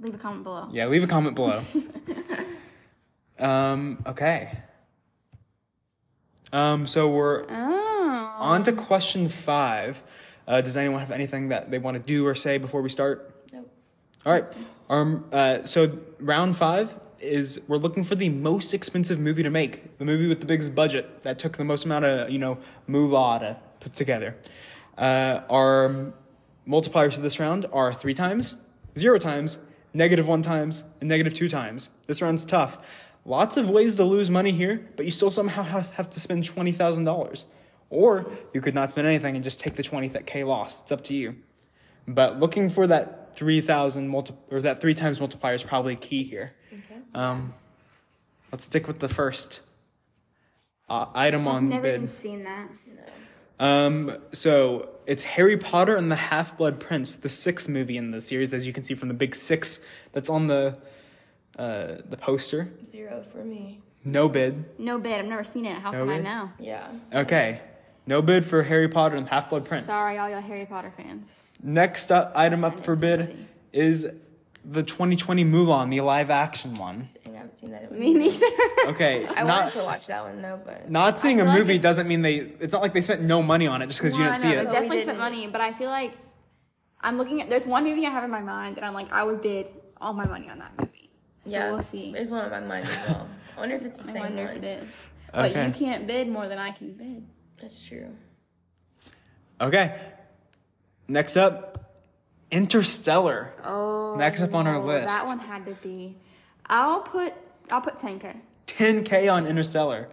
[SPEAKER 4] Leave a comment below.
[SPEAKER 1] yeah, leave a comment below. um, okay. Um, so we're
[SPEAKER 4] Oh.
[SPEAKER 1] On to question five. Uh, does anyone have anything that they want to do or say before we start?
[SPEAKER 2] Nope.
[SPEAKER 1] All right. Um, uh, so round five is we're looking for the most expensive movie to make, the movie with the biggest budget that took the most amount of you know moolah to put together. Uh, our multipliers for this round are three times, zero times, negative one times, and negative two times. This round's tough. Lots of ways to lose money here, but you still somehow have have to spend twenty thousand dollars, or you could not spend anything and just take the twenty k loss. It's up to you but looking for that 3000 multi- or that 3 times multiplier is probably key here um, let's stick with the first uh, item
[SPEAKER 4] I've
[SPEAKER 1] on
[SPEAKER 4] never even
[SPEAKER 1] bid
[SPEAKER 4] seen that.
[SPEAKER 1] um, so it's harry potter and the half-blood prince the sixth movie in the series as you can see from the big six that's on the uh, the poster.
[SPEAKER 2] Zero for me.
[SPEAKER 1] No bid.
[SPEAKER 4] No bid. I've never seen it. How
[SPEAKER 1] No
[SPEAKER 4] can I
[SPEAKER 1] bid?
[SPEAKER 4] know?
[SPEAKER 2] Yeah.
[SPEAKER 1] Okay. No bid for Harry Potter and Half Blood Prince.
[SPEAKER 4] Sorry, all y'all Harry Potter fans.
[SPEAKER 1] Next up, item up for bid
[SPEAKER 4] somebody.
[SPEAKER 1] is the 2020 Mulan, the live action one.
[SPEAKER 2] I haven't seen that.
[SPEAKER 4] Me neither.
[SPEAKER 1] Okay,
[SPEAKER 2] I wanted
[SPEAKER 1] not
[SPEAKER 2] to watch that one though, but
[SPEAKER 1] not seeing a
[SPEAKER 4] feel like
[SPEAKER 1] movie
[SPEAKER 4] it's-
[SPEAKER 1] doesn't mean they. It's not like they spent no money on it just because you
[SPEAKER 4] Well,
[SPEAKER 1] didn't
[SPEAKER 4] I
[SPEAKER 1] see
[SPEAKER 4] know,
[SPEAKER 1] it.
[SPEAKER 4] They
[SPEAKER 2] But we
[SPEAKER 4] definitely spent
[SPEAKER 2] didn't.
[SPEAKER 4] money, but I feel like I'm looking at. There's one movie I have in my mind that I'm like, I would bid all my money on that movie. So
[SPEAKER 2] yeah,
[SPEAKER 4] we'll see.
[SPEAKER 2] There's one on my mind as well. I wonder if it's the
[SPEAKER 4] I
[SPEAKER 2] same
[SPEAKER 4] wonder
[SPEAKER 2] one.
[SPEAKER 4] if it is. But
[SPEAKER 1] Okay.
[SPEAKER 4] you can't bid more than I can bid.
[SPEAKER 2] That's true.
[SPEAKER 1] Okay. Next up, Interstellar.
[SPEAKER 4] Oh.
[SPEAKER 1] Next up on our list.
[SPEAKER 4] That one had to be. I'll put. I'll put tanker.
[SPEAKER 1] 10K on Interstellar.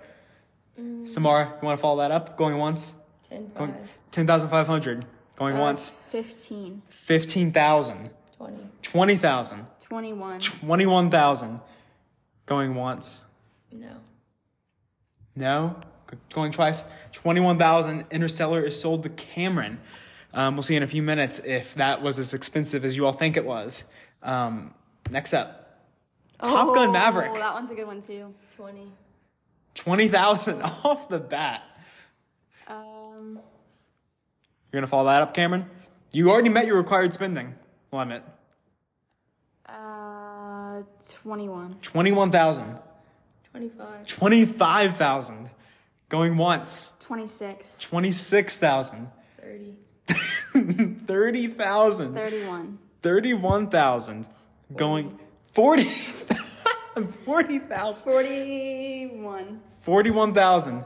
[SPEAKER 1] Samara, you want to follow that up? Going once?
[SPEAKER 2] Ten,
[SPEAKER 1] Going,
[SPEAKER 2] Mm. five,
[SPEAKER 1] 10,500. Going once?
[SPEAKER 4] 15,
[SPEAKER 1] 15,000.
[SPEAKER 2] twenty.
[SPEAKER 1] 20,000.
[SPEAKER 4] 21.
[SPEAKER 1] 21,000. Going once?
[SPEAKER 2] No.
[SPEAKER 1] No? G- Going twice? 21,000. Interstellar is sold to Cameron. Um, we'll see in a few minutes if that was as expensive as you all think it was. Um, next up, Top Gun Maverick.
[SPEAKER 4] Oh, that one's a good one too.
[SPEAKER 2] Twenty.
[SPEAKER 1] 20,000 off the bat.
[SPEAKER 4] Um,
[SPEAKER 1] You're gonna follow that up, Cameron? You already met your required spending limit.
[SPEAKER 4] uh, 21.
[SPEAKER 1] Twenty-one thousand.
[SPEAKER 2] Twenty-five.
[SPEAKER 1] Twenty-five thousand. Going once.
[SPEAKER 4] 26.
[SPEAKER 1] Twenty-six thousand.
[SPEAKER 2] Thirty.
[SPEAKER 1] Thirty thousand.
[SPEAKER 4] 31.
[SPEAKER 1] Thirty-one thousand. Going forty. Forty thousand.
[SPEAKER 4] 41.
[SPEAKER 1] Forty-one thousand.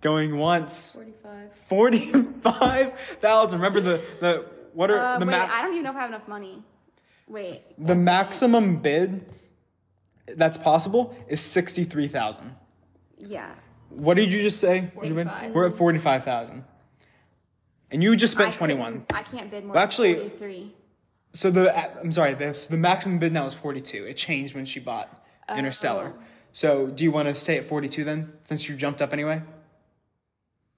[SPEAKER 1] Going once.
[SPEAKER 2] Forty-five.
[SPEAKER 1] Forty-five thousand. Remember the the what are
[SPEAKER 4] Uh,
[SPEAKER 1] the
[SPEAKER 4] wait,
[SPEAKER 1] ma-
[SPEAKER 4] I don't even know if I have enough money. Wait.
[SPEAKER 1] the maximum bid that's possible is sixty-three thousand.
[SPEAKER 4] Yeah.
[SPEAKER 1] What did you just say? What'd you win?
[SPEAKER 2] 45.
[SPEAKER 1] We're at forty-five thousand, and you just
[SPEAKER 4] I
[SPEAKER 1] spent
[SPEAKER 4] couldn't-
[SPEAKER 1] twenty-one.
[SPEAKER 4] I can't bid more.
[SPEAKER 1] Well,
[SPEAKER 4] than
[SPEAKER 1] actually-
[SPEAKER 4] 43.
[SPEAKER 1] So the I'm sorry, the, so the maximum bid now is forty-two. It changed when she bought Interstellar. So do you want to stay at forty-two then, since you jumped up anyway?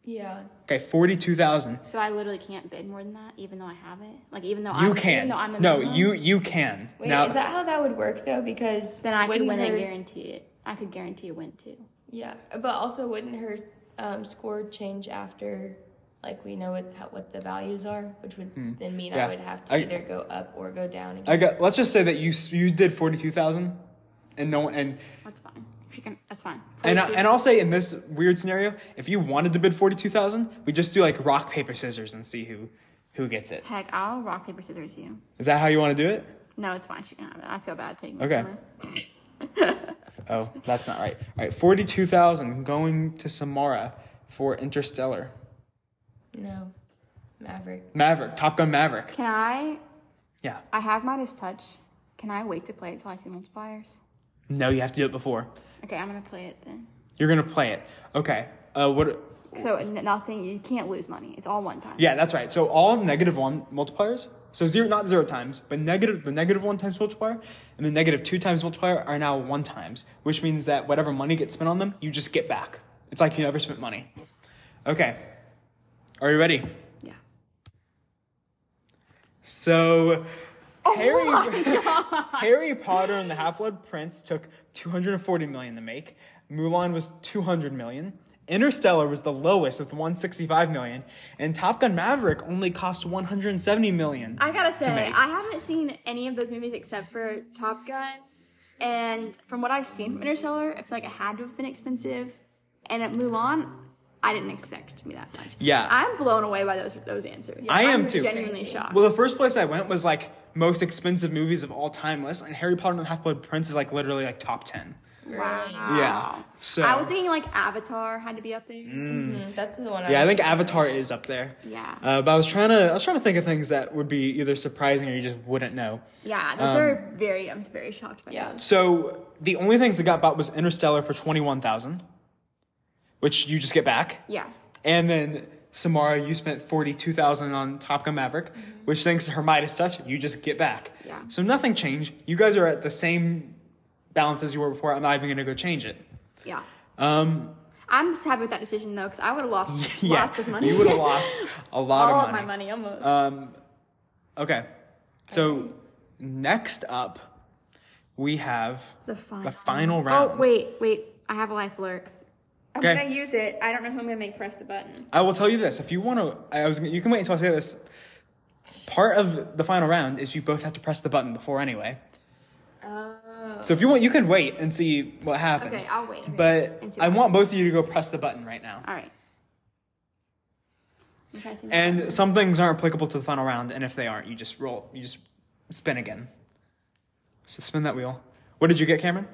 [SPEAKER 2] Yeah.
[SPEAKER 1] Okay, forty-two thousand.
[SPEAKER 4] So I literally can't bid more than that, even though I have it. Like even though
[SPEAKER 1] You
[SPEAKER 4] I'm,
[SPEAKER 1] can.
[SPEAKER 4] even though I'm the
[SPEAKER 1] no,
[SPEAKER 4] minimum,
[SPEAKER 1] you you can.
[SPEAKER 2] Wait,
[SPEAKER 1] now,
[SPEAKER 2] is that how that would work though? Because
[SPEAKER 4] Then I could
[SPEAKER 2] wouldn't
[SPEAKER 4] win
[SPEAKER 2] her,
[SPEAKER 4] and guarantee it. I could guarantee a win too.
[SPEAKER 2] Yeah, but also wouldn't her um, score change after, like we know what how, what the values are, which would then mean
[SPEAKER 1] Hmm. Yeah.
[SPEAKER 2] I would have to
[SPEAKER 1] I-
[SPEAKER 2] either go up or go down. Again.
[SPEAKER 1] I got. Let's just say that you s- you did forty-two thousand, and no and.
[SPEAKER 4] That's fine. She can. That's fine.
[SPEAKER 1] And, I, and I'll say in this weird scenario, if you wanted to bid forty two thousand, we just do like rock paper scissors and see who who gets it.
[SPEAKER 4] Heck, I'll rock paper scissors you.
[SPEAKER 1] Is that how you want to do it?
[SPEAKER 4] No, it's fine. She can have it. I feel bad taking
[SPEAKER 1] Okay.
[SPEAKER 4] it. from her.
[SPEAKER 1] Oh, that's not right. All right, forty-two thousand going to Samara for Interstellar,
[SPEAKER 2] no, Maverick.
[SPEAKER 1] Maverick, Top Gun Maverick.
[SPEAKER 4] Can I?
[SPEAKER 1] Yeah.
[SPEAKER 4] I have mine as touch. Can I wait to play it till I see multipliers?
[SPEAKER 1] No, you have to do it before.
[SPEAKER 4] Okay, I'm gonna play it then.
[SPEAKER 1] You're gonna play it. Okay. Uh, what?
[SPEAKER 4] So n- nothing. You can't lose money. It's all one time.
[SPEAKER 1] Yeah, that's right. So all negative one multipliers, so zero, not zero times, but negative, the negative one times multiplier and the negative two times multiplier are now one times, which means that whatever money gets spent on them, you just get back. It's like you never spent money. Okay. Are you ready?
[SPEAKER 4] Yeah.
[SPEAKER 1] So,
[SPEAKER 4] Oh
[SPEAKER 1] Harry, Harry Potter and the Half Blood Prince took 240 million to make. Mulan was 200 million. Interstellar was the lowest with 165 million, and Top Gun Maverick only cost 170 million.
[SPEAKER 4] I gotta say,
[SPEAKER 1] make.
[SPEAKER 4] I haven't seen any of those movies except for Top Gun. And from what I've seen from Interstellar, I feel like it had to have been expensive. And at Mulan, I didn't expect it to be that much.
[SPEAKER 1] Yeah.
[SPEAKER 4] I'm blown away by those those answers.
[SPEAKER 1] I am
[SPEAKER 4] I'm
[SPEAKER 1] too.
[SPEAKER 4] Genuinely shocked.
[SPEAKER 1] Well, the first place I went was like most expensive movies of all time list, and Harry Potter and the Half Blood Prince is like literally like top 10.
[SPEAKER 4] wow.
[SPEAKER 1] Yeah. So
[SPEAKER 4] I was thinking like Avatar had to be up there.
[SPEAKER 2] Mm, that's the one.
[SPEAKER 1] Hmm. Yeah, I
[SPEAKER 2] was-
[SPEAKER 1] think Avatar is up there.
[SPEAKER 4] Yeah.
[SPEAKER 1] Uh, but I was trying to I was trying to think of things that would be either surprising or you just wouldn't know.
[SPEAKER 4] Yeah, those
[SPEAKER 1] Um,
[SPEAKER 4] are very. I'm very shocked by
[SPEAKER 2] Yeah.
[SPEAKER 4] that.
[SPEAKER 1] So the only things that got bought was Interstellar for twenty one thousand, which you just get back,
[SPEAKER 4] Yeah.
[SPEAKER 1] and then Samara, you spent forty two thousand on Top Gun Maverick, which thanks to her Midas touch, you just get back.
[SPEAKER 4] Mm-hmm. Yeah.
[SPEAKER 1] So nothing changed. You guys are at the same balance as you were before. I'm not even gonna go change it.
[SPEAKER 4] Yeah.
[SPEAKER 1] Um,
[SPEAKER 4] I'm just happy with that decision though, because I would have lost
[SPEAKER 1] yeah,
[SPEAKER 4] lots of money.
[SPEAKER 1] you would have lost a lot
[SPEAKER 4] all
[SPEAKER 1] of money. Uh,
[SPEAKER 4] of my money almost.
[SPEAKER 1] Um, okay. So next up, we have
[SPEAKER 4] The final.
[SPEAKER 1] the final round.
[SPEAKER 4] Oh, wait, wait. I have a life alert. I'm
[SPEAKER 1] Okay.
[SPEAKER 4] going to use it. I don't know who I'm going to make press the button.
[SPEAKER 1] I will tell you this: if you want to, I was. gonna- You can wait until I say this. Part of the final round is you both have to press the button before anyway.
[SPEAKER 4] Oh.
[SPEAKER 1] So if you want, you can wait and see what happens.
[SPEAKER 4] Okay, I'll wait.
[SPEAKER 1] But
[SPEAKER 4] And see
[SPEAKER 1] I
[SPEAKER 4] what
[SPEAKER 1] want both of you to go press the button right now.
[SPEAKER 4] All right. I'm trying to see-
[SPEAKER 1] And some things aren't applicable to the final round, and if they aren't, you just roll. You just spin again. So spin that wheel. What did you get, Cameron?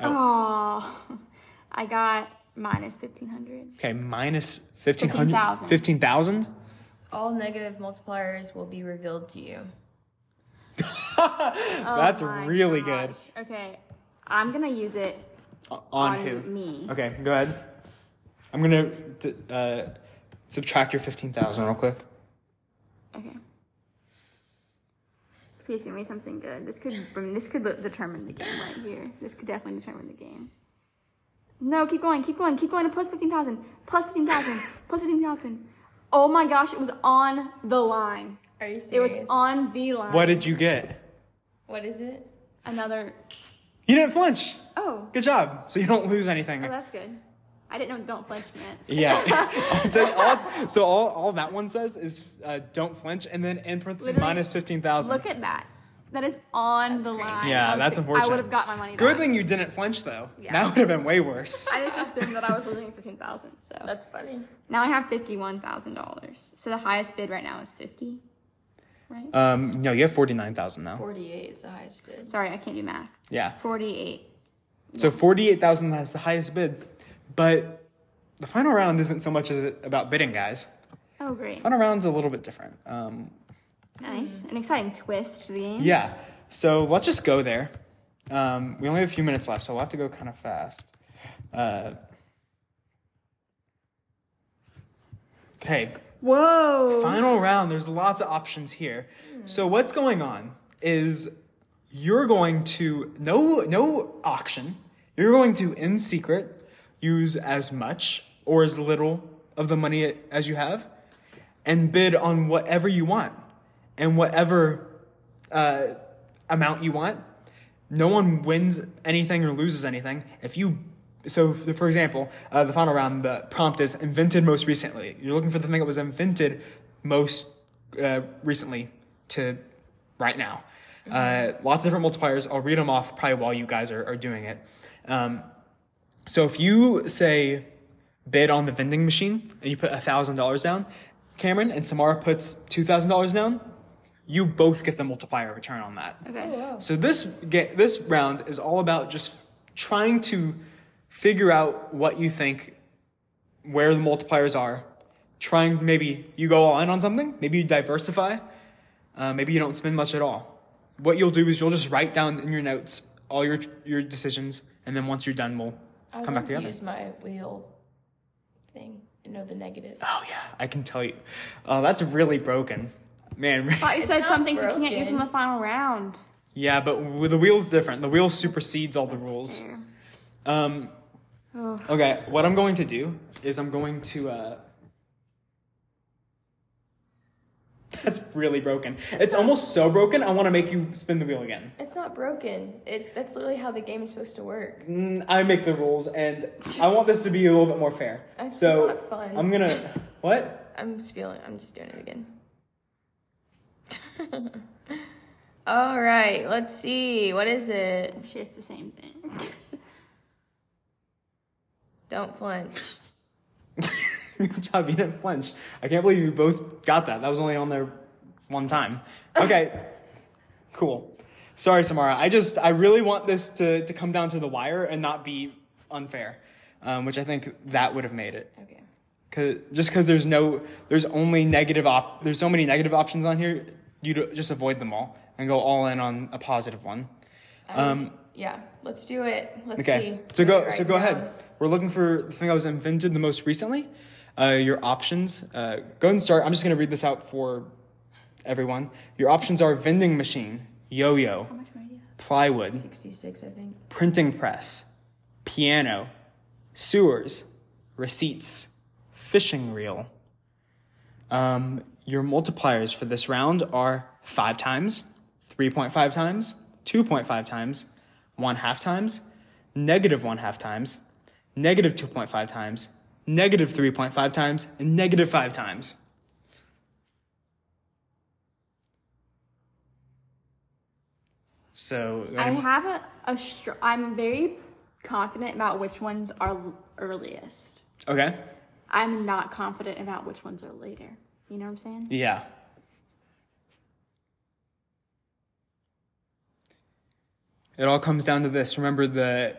[SPEAKER 4] Oh, I got minus 1500.
[SPEAKER 1] Okay, minus 1500
[SPEAKER 4] 15,000.
[SPEAKER 1] 15,000?
[SPEAKER 2] All negative multipliers will be revealed to you.
[SPEAKER 1] That's
[SPEAKER 4] Oh My
[SPEAKER 1] really
[SPEAKER 4] gosh. Okay, I'm going to use it.
[SPEAKER 1] good. O- On,
[SPEAKER 4] On
[SPEAKER 1] who?
[SPEAKER 4] me.
[SPEAKER 1] Okay, go ahead. I'm gonna t- uh, subtract your 15,000 real quick.
[SPEAKER 4] Okay. Please give me something good. This could I mean, this could lo- determine the game right here. This could definitely determine the game. No, keep going, keep going, keep going to plus 15,000, plus 15,000, plus 15,000. Oh my gosh, it was on the line.
[SPEAKER 2] Are you
[SPEAKER 4] It was
[SPEAKER 2] serious?
[SPEAKER 4] on the line.
[SPEAKER 1] What did you get?
[SPEAKER 2] What is it?
[SPEAKER 4] Another.
[SPEAKER 1] You didn't flinch.
[SPEAKER 4] Oh,
[SPEAKER 1] Good job. So you don't lose anything.
[SPEAKER 4] oh, that's good. I didn't know don't flinch meant.
[SPEAKER 1] Yeah. I'll tell you- all- so all, all that one says is uh, don't flinch, and then in parentheses
[SPEAKER 4] Literally,
[SPEAKER 1] minus fifteen thousand.
[SPEAKER 4] Look at that. That is on the line.
[SPEAKER 1] Yeah,
[SPEAKER 4] I
[SPEAKER 1] that's
[SPEAKER 4] would- I
[SPEAKER 1] unfortunate.
[SPEAKER 4] would have got my money.
[SPEAKER 1] Good
[SPEAKER 4] back.
[SPEAKER 1] thing you didn't flinch though.
[SPEAKER 4] Yeah.
[SPEAKER 1] That would have been way worse.
[SPEAKER 4] I just assumed that I was losing fifteen thousand. So
[SPEAKER 2] Oh. That's funny.
[SPEAKER 4] now I have fifty-one thousand dollars. So the highest bid right now is fifty.
[SPEAKER 1] Um, no, you have forty nine thousand now.
[SPEAKER 2] 48 is the highest bid.
[SPEAKER 4] Sorry, I can't do math.
[SPEAKER 1] Yeah.
[SPEAKER 4] Forty-eight.
[SPEAKER 1] So forty eight thousand that's the highest bid, but the final round isn't so much as it about bidding, guys.
[SPEAKER 4] Oh, great.
[SPEAKER 1] Final round's a little bit different. Um,
[SPEAKER 4] Nice. An exciting twist to the game.
[SPEAKER 1] yeah. So let's just go there. Um, we only have a few minutes left, so we'll have to go kind of fast. Uh, okay.
[SPEAKER 4] Whoa.
[SPEAKER 1] Final round, there's lots of options here. So what's going on is you're going to no no auction. You're going to in secret use as much or as little of the money as you have and bid on whatever you want and whatever uh, amount you want. No one wins anything or loses anything. If you, so f- for example, uh, the final round, the prompt is invented most recently. You're looking for the thing that was invented most uh, recently to right now. Uh, lots of different multipliers. I'll read them off probably while you guys are, are doing it. Um, so if you say bid on the vending machine and you put $1,000 down, Cameron and Samara puts $2,000 down, you both get the multiplier return on that.
[SPEAKER 2] Oh,
[SPEAKER 4] Okay.
[SPEAKER 1] So this ga- this round is all about just trying to figure out what you think, where the multipliers are, trying to maybe you go all in on something, maybe you diversify, uh, maybe you don't spend much at all. What you'll do is you'll just write down in your notes all your your decisions, and then once you're done, we'll
[SPEAKER 2] I
[SPEAKER 1] come back
[SPEAKER 2] want to
[SPEAKER 1] together.
[SPEAKER 2] use my wheel thing and know the negatives.
[SPEAKER 1] oh yeah, I can tell you, oh that's really broken, man.
[SPEAKER 4] Thought you said
[SPEAKER 2] not
[SPEAKER 4] some things you can't use in
[SPEAKER 2] broken.
[SPEAKER 4] the final round.
[SPEAKER 1] yeah, but with the wheel's different. The wheel supersedes all the rules.
[SPEAKER 4] Fair.
[SPEAKER 1] Um,
[SPEAKER 4] Oh.
[SPEAKER 1] Okay, what I'm going to do is I'm going to. Uh... That's really broken. It's almost so broken, I want to make you spin the wheel again.
[SPEAKER 2] It's not broken. It that's literally how the game is supposed to work.
[SPEAKER 1] Mm, I make the rules, and I want this to be a little bit more fair.
[SPEAKER 2] I- it's
[SPEAKER 1] so
[SPEAKER 2] not fun.
[SPEAKER 1] I'm gonna. What?
[SPEAKER 2] I'm just feeling I'm just doing it again. All right, let's see. What is it?
[SPEAKER 4] Shit, it's the same thing.
[SPEAKER 2] Don't flinch.
[SPEAKER 1] Good job, you didn't flinch. I can't believe you both got that. That was only on there one time. Okay, cool. Sorry, Samara. I just I really want this to to come down to the wire and not be unfair, um, which I think that would have made it.
[SPEAKER 2] Okay.
[SPEAKER 1] Cause just because there's no, there's only negative op. There's so many negative options on here. You do, just avoid them all and go all in on a positive one. Um,
[SPEAKER 2] Yeah, let's do it. Let's
[SPEAKER 1] okay.
[SPEAKER 2] see.
[SPEAKER 1] So go.
[SPEAKER 2] Right
[SPEAKER 1] So go ahead.
[SPEAKER 2] now.
[SPEAKER 1] We're looking for the thing that was invented the most recently. Uh, your options. Uh, go ahead and start. I'm just gonna read this out for everyone. Your options are vending machine, yo-yo,
[SPEAKER 4] How much more do you
[SPEAKER 1] plywood,
[SPEAKER 2] 66, I think.
[SPEAKER 1] printing press, piano, sewers, receipts, fishing reel. Um, your multipliers for this round are 5 times, 3.5 times, 2.5 times, 1 half times, negative 1 half times, negative 2.5 times, negative 3.5 times, and negative 5 times. So,
[SPEAKER 4] I have a, a str- I'm very confident about which ones are l- earliest.
[SPEAKER 1] okay.
[SPEAKER 4] I'm not confident about which ones are later. You know what I'm saying?
[SPEAKER 1] Yeah. It all comes down to this. Remember the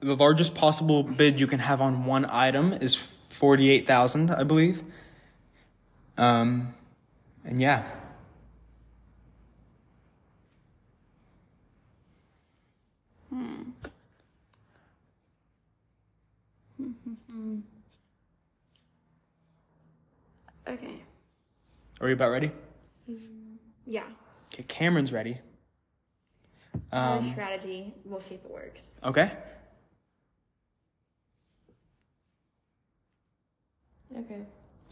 [SPEAKER 1] the largest possible bid you can have on one item is 48,000, I believe. Um and yeah.
[SPEAKER 4] Okay.
[SPEAKER 1] Are you about ready?
[SPEAKER 4] Yeah.
[SPEAKER 1] Okay, Cameron's ready. Um,
[SPEAKER 4] Our strategy. We'll see if it works.
[SPEAKER 1] Okay.
[SPEAKER 2] Okay.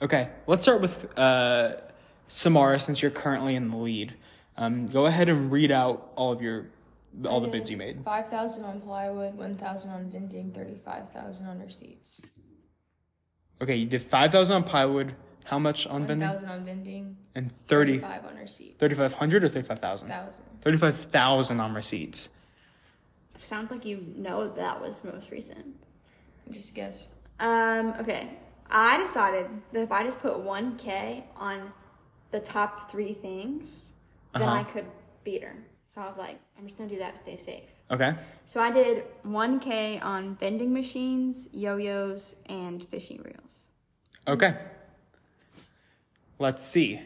[SPEAKER 1] Okay, let's start with uh, Samara since you're currently in the lead. Um, go ahead and read out all of your all the bids you made.
[SPEAKER 2] Five thousand on plywood, one thousand on vending, thirty-five thousand on receipts,
[SPEAKER 1] Okay, you did 5,000 on plywood. How much on
[SPEAKER 2] one
[SPEAKER 1] vending?
[SPEAKER 2] thousand on vending,
[SPEAKER 1] And 30,
[SPEAKER 2] thirty-five on receipts,
[SPEAKER 1] 3,500 or 35,000?
[SPEAKER 2] thousand.
[SPEAKER 1] 35,000 on receipts.
[SPEAKER 4] Sounds like you know that was most recent.
[SPEAKER 2] Just guess.
[SPEAKER 4] Um, okay. I decided that if I just put 1K on the top three things, then
[SPEAKER 1] Uh-huh.
[SPEAKER 4] I could beat her. So I was like, I'm just going to do that to stay safe.
[SPEAKER 1] Okay.
[SPEAKER 4] So I did 1K on vending machines, yo yo's, and fishing reels.
[SPEAKER 1] Okay. Let's see.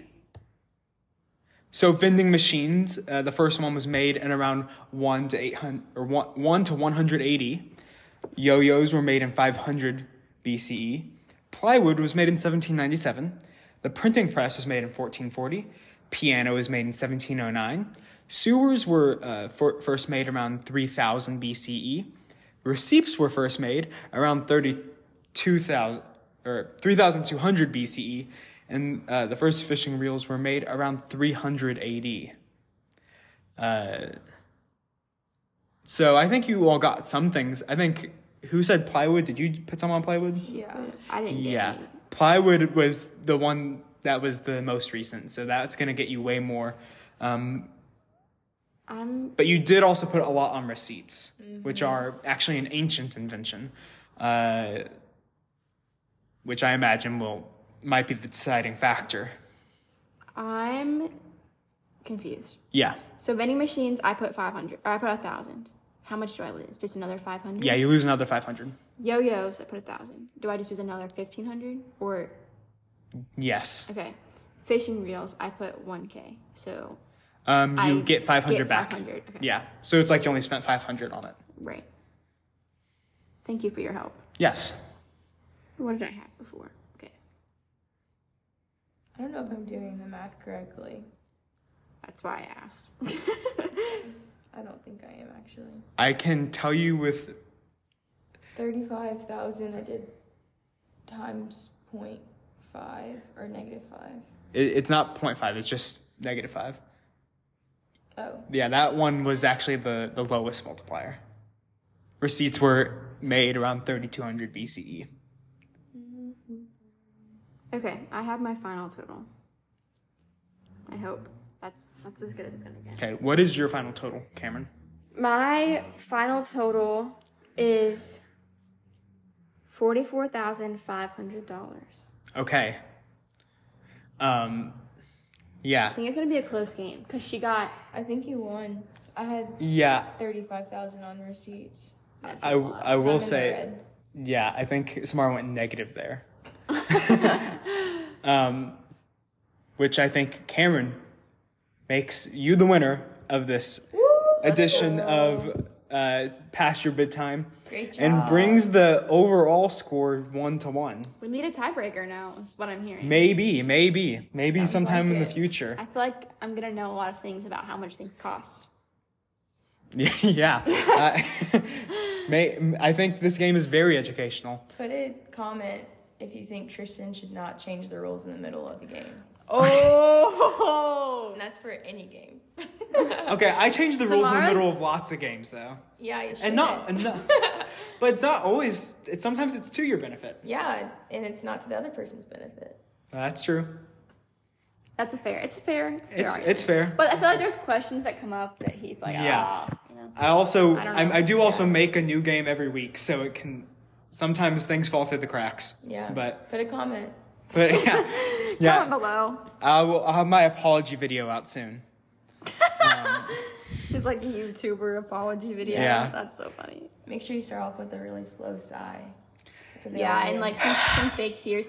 [SPEAKER 1] So vending machines, uh, the first one was made in around 1 to 800 or 1, 1 to 180. Yo-yos were made in 500 BCE. E. Plywood was made in 1797. The printing press was made in 1440. Piano was made in 1709. Sewers were uh, for, first made around 3000 BCE. E. Receipts were first made around 32,000 or 3200 BCE, E. and uh, the first fishing reels were made around 300 AD. Uh, so I think you all got some things. I think who said plywood? Did you put some on plywood?
[SPEAKER 2] Yeah.
[SPEAKER 4] I didn't get
[SPEAKER 1] Yeah,
[SPEAKER 4] any.
[SPEAKER 1] plywood was the one that was the most recent, so that's gonna get you way more. Um,
[SPEAKER 4] I'm
[SPEAKER 1] but you did also put a lot on receipts,
[SPEAKER 4] Mm-hmm.
[SPEAKER 1] which are actually an ancient invention, uh, which I imagine will might be the deciding factor.
[SPEAKER 4] I'm confused.
[SPEAKER 1] Yeah,
[SPEAKER 4] So vending machines, I put 500 or I put 1000. How much do I lose? Just another 500?
[SPEAKER 1] yeah, you lose another five hundred.
[SPEAKER 4] Yo-yos, I put a thousand. Do I just use another fifteen hundred? Or
[SPEAKER 1] Yes,
[SPEAKER 4] okay, fishing reels, I put one k. So
[SPEAKER 1] um, you
[SPEAKER 4] I
[SPEAKER 1] get five hundred
[SPEAKER 4] get
[SPEAKER 1] back.
[SPEAKER 4] 500, okay.
[SPEAKER 1] Yeah, so it's like you only spent five hundred on it.
[SPEAKER 4] right. Thank you for your help.
[SPEAKER 1] Yes.
[SPEAKER 4] What did I have before? Okay,
[SPEAKER 2] I don't know if I'm doing the math correctly.
[SPEAKER 4] that's why I asked.
[SPEAKER 2] I don't think I am actually.
[SPEAKER 1] I can tell you with
[SPEAKER 2] Thirty-five thousand. I did times point five or negative five.
[SPEAKER 1] it, it's not 0.5, it's just negative five.
[SPEAKER 2] Oh,
[SPEAKER 1] Yeah, that one was actually the, the lowest multiplier. Receipts were made around 3200 BCE.
[SPEAKER 4] okay, I have my final total. I hope that's that's as good as it's gonna get.
[SPEAKER 1] Okay, what is your final total, Cameron?
[SPEAKER 4] My final total is forty-four thousand five hundred dollars.
[SPEAKER 1] Okay. Um, yeah.
[SPEAKER 4] I think it's gonna be a close game because she got
[SPEAKER 2] I think you won. I had
[SPEAKER 1] Yeah,
[SPEAKER 2] thirty-five thousand on receipts. That's
[SPEAKER 1] I,
[SPEAKER 2] a lot.
[SPEAKER 1] I
[SPEAKER 2] So I'm
[SPEAKER 1] will
[SPEAKER 2] in the
[SPEAKER 1] say,
[SPEAKER 2] red.
[SPEAKER 1] yeah, I think Samara went negative there. um, which I think Cameron makes you the winner of this edition of uh, Past Your Bedtime.
[SPEAKER 2] Great job.
[SPEAKER 1] And brings the overall score one to one.
[SPEAKER 4] We need a tiebreaker now, is what I'm hearing.
[SPEAKER 1] Maybe, maybe, maybe sometime
[SPEAKER 2] like
[SPEAKER 1] in the
[SPEAKER 2] it.
[SPEAKER 1] future.
[SPEAKER 4] I feel like I'm gonna know a lot of things about how much things cost.
[SPEAKER 1] yeah. Uh, may, I think this game is very educational.
[SPEAKER 2] Put a comment if you think Tristan should not change the rules in the middle of the game.
[SPEAKER 4] Oh.
[SPEAKER 2] And that's for any game.
[SPEAKER 1] Okay, I change the rules in the
[SPEAKER 2] Samara?
[SPEAKER 1] middle of lots of games though,
[SPEAKER 2] yeah, you should.
[SPEAKER 1] and not, and not but it's not always. It's sometimes it's to your benefit.
[SPEAKER 2] Yeah, and it's not to the other person's benefit.
[SPEAKER 1] That's true.
[SPEAKER 5] That's a fair. It's a fair. It's a fair.
[SPEAKER 1] It's
[SPEAKER 5] argument.
[SPEAKER 1] it's fair.
[SPEAKER 4] But I feel like there's questions that come up that he's like,
[SPEAKER 1] Yeah.
[SPEAKER 4] ah, you know.
[SPEAKER 1] I also
[SPEAKER 5] I don't
[SPEAKER 1] I, I,
[SPEAKER 5] know.
[SPEAKER 1] do also make a new game every week, so it can sometimes things fall through the cracks.
[SPEAKER 2] Yeah.
[SPEAKER 1] But
[SPEAKER 2] put a comment.
[SPEAKER 1] but yeah
[SPEAKER 5] Comment
[SPEAKER 1] yeah.
[SPEAKER 5] below.
[SPEAKER 1] I will, I'll have my apology video out soon.
[SPEAKER 5] It's like a YouTuber apology video.
[SPEAKER 1] Yeah.
[SPEAKER 5] That's so funny.
[SPEAKER 2] Make sure you start off with a really slow sigh. That's what they all
[SPEAKER 4] Yeah,
[SPEAKER 2] do.
[SPEAKER 4] and like some, some fake tears.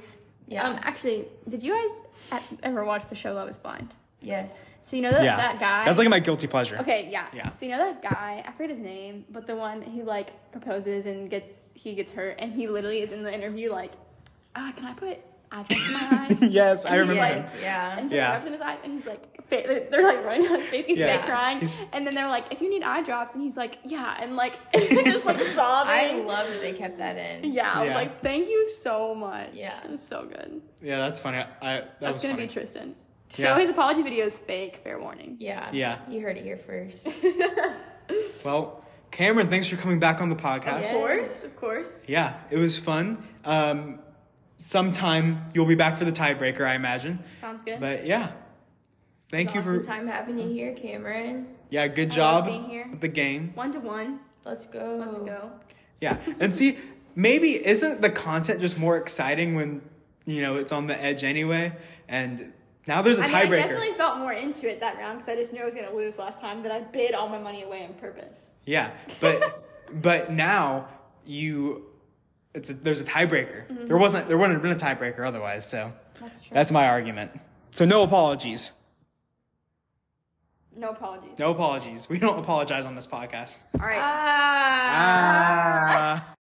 [SPEAKER 2] Yeah.
[SPEAKER 4] Um, actually, did you guys e- ever watch the show Love Is Blind?
[SPEAKER 2] yes.
[SPEAKER 4] So you know that that guy.
[SPEAKER 1] That's like my guilty pleasure.
[SPEAKER 4] Okay, yeah.
[SPEAKER 1] Yeah.
[SPEAKER 4] So you know that guy, I forget his name, but the one he like proposes and gets he gets hurt and he literally is in the interview like, ah, can I put eye drops in my eyes?
[SPEAKER 1] Yes, I
[SPEAKER 4] And
[SPEAKER 1] remember.
[SPEAKER 4] he's
[SPEAKER 1] him.
[SPEAKER 2] Yes, yeah.
[SPEAKER 4] And he
[SPEAKER 1] Yeah.
[SPEAKER 4] yeah. in his eyes and he's like, fa- they're like running on his face, he's
[SPEAKER 1] Yeah.
[SPEAKER 4] fake crying.
[SPEAKER 1] He's-
[SPEAKER 4] And then they're like, if you need eye drops, and he's like, yeah, and like just like sobbing.
[SPEAKER 2] I love that they kept that in.
[SPEAKER 4] yeah, I was
[SPEAKER 1] Yeah.
[SPEAKER 4] like, thank you so much.
[SPEAKER 2] Yeah.
[SPEAKER 4] It was so good.
[SPEAKER 1] Yeah, that's funny. I, I, that was
[SPEAKER 4] That's gonna
[SPEAKER 1] funny.
[SPEAKER 4] be Tristan.
[SPEAKER 1] Yeah.
[SPEAKER 4] So his apology video is fake, fair warning.
[SPEAKER 2] Yeah.
[SPEAKER 1] Yeah.
[SPEAKER 2] You heard it here first.
[SPEAKER 1] Well, Cameron, thanks for coming back on the podcast.
[SPEAKER 2] Yes.
[SPEAKER 4] Of course, of course.
[SPEAKER 1] Yeah, it was fun. Um, sometime you'll be back for the tiebreaker, I imagine.
[SPEAKER 4] Sounds good.
[SPEAKER 1] But yeah, thank
[SPEAKER 2] It's
[SPEAKER 1] you
[SPEAKER 2] awesome
[SPEAKER 1] for
[SPEAKER 2] time having you here, Cameron.
[SPEAKER 1] yeah, good
[SPEAKER 4] I
[SPEAKER 1] job
[SPEAKER 4] love being here.
[SPEAKER 1] with the game.
[SPEAKER 4] one to one.
[SPEAKER 2] Let's go.
[SPEAKER 4] Let's go.
[SPEAKER 1] Yeah, and see, maybe isn't the content just more exciting when you know it's on the edge anyway? And now there's a
[SPEAKER 4] I, mean, I
[SPEAKER 1] tiebreaker.
[SPEAKER 4] definitely felt more into it that round because I just knew I was gonna lose last time. That I bid all my money away on purpose.
[SPEAKER 1] Yeah, but but now you, it's a, there's a tiebreaker. There wasn't there wouldn't have been a tiebreaker otherwise. So
[SPEAKER 4] Mm-hmm. That's true.
[SPEAKER 1] that's my argument. So no apologies.
[SPEAKER 4] No apologies. Ah.
[SPEAKER 1] No apologies. We don't apologize on this podcast.
[SPEAKER 4] All right.
[SPEAKER 2] Ah.
[SPEAKER 1] Ah.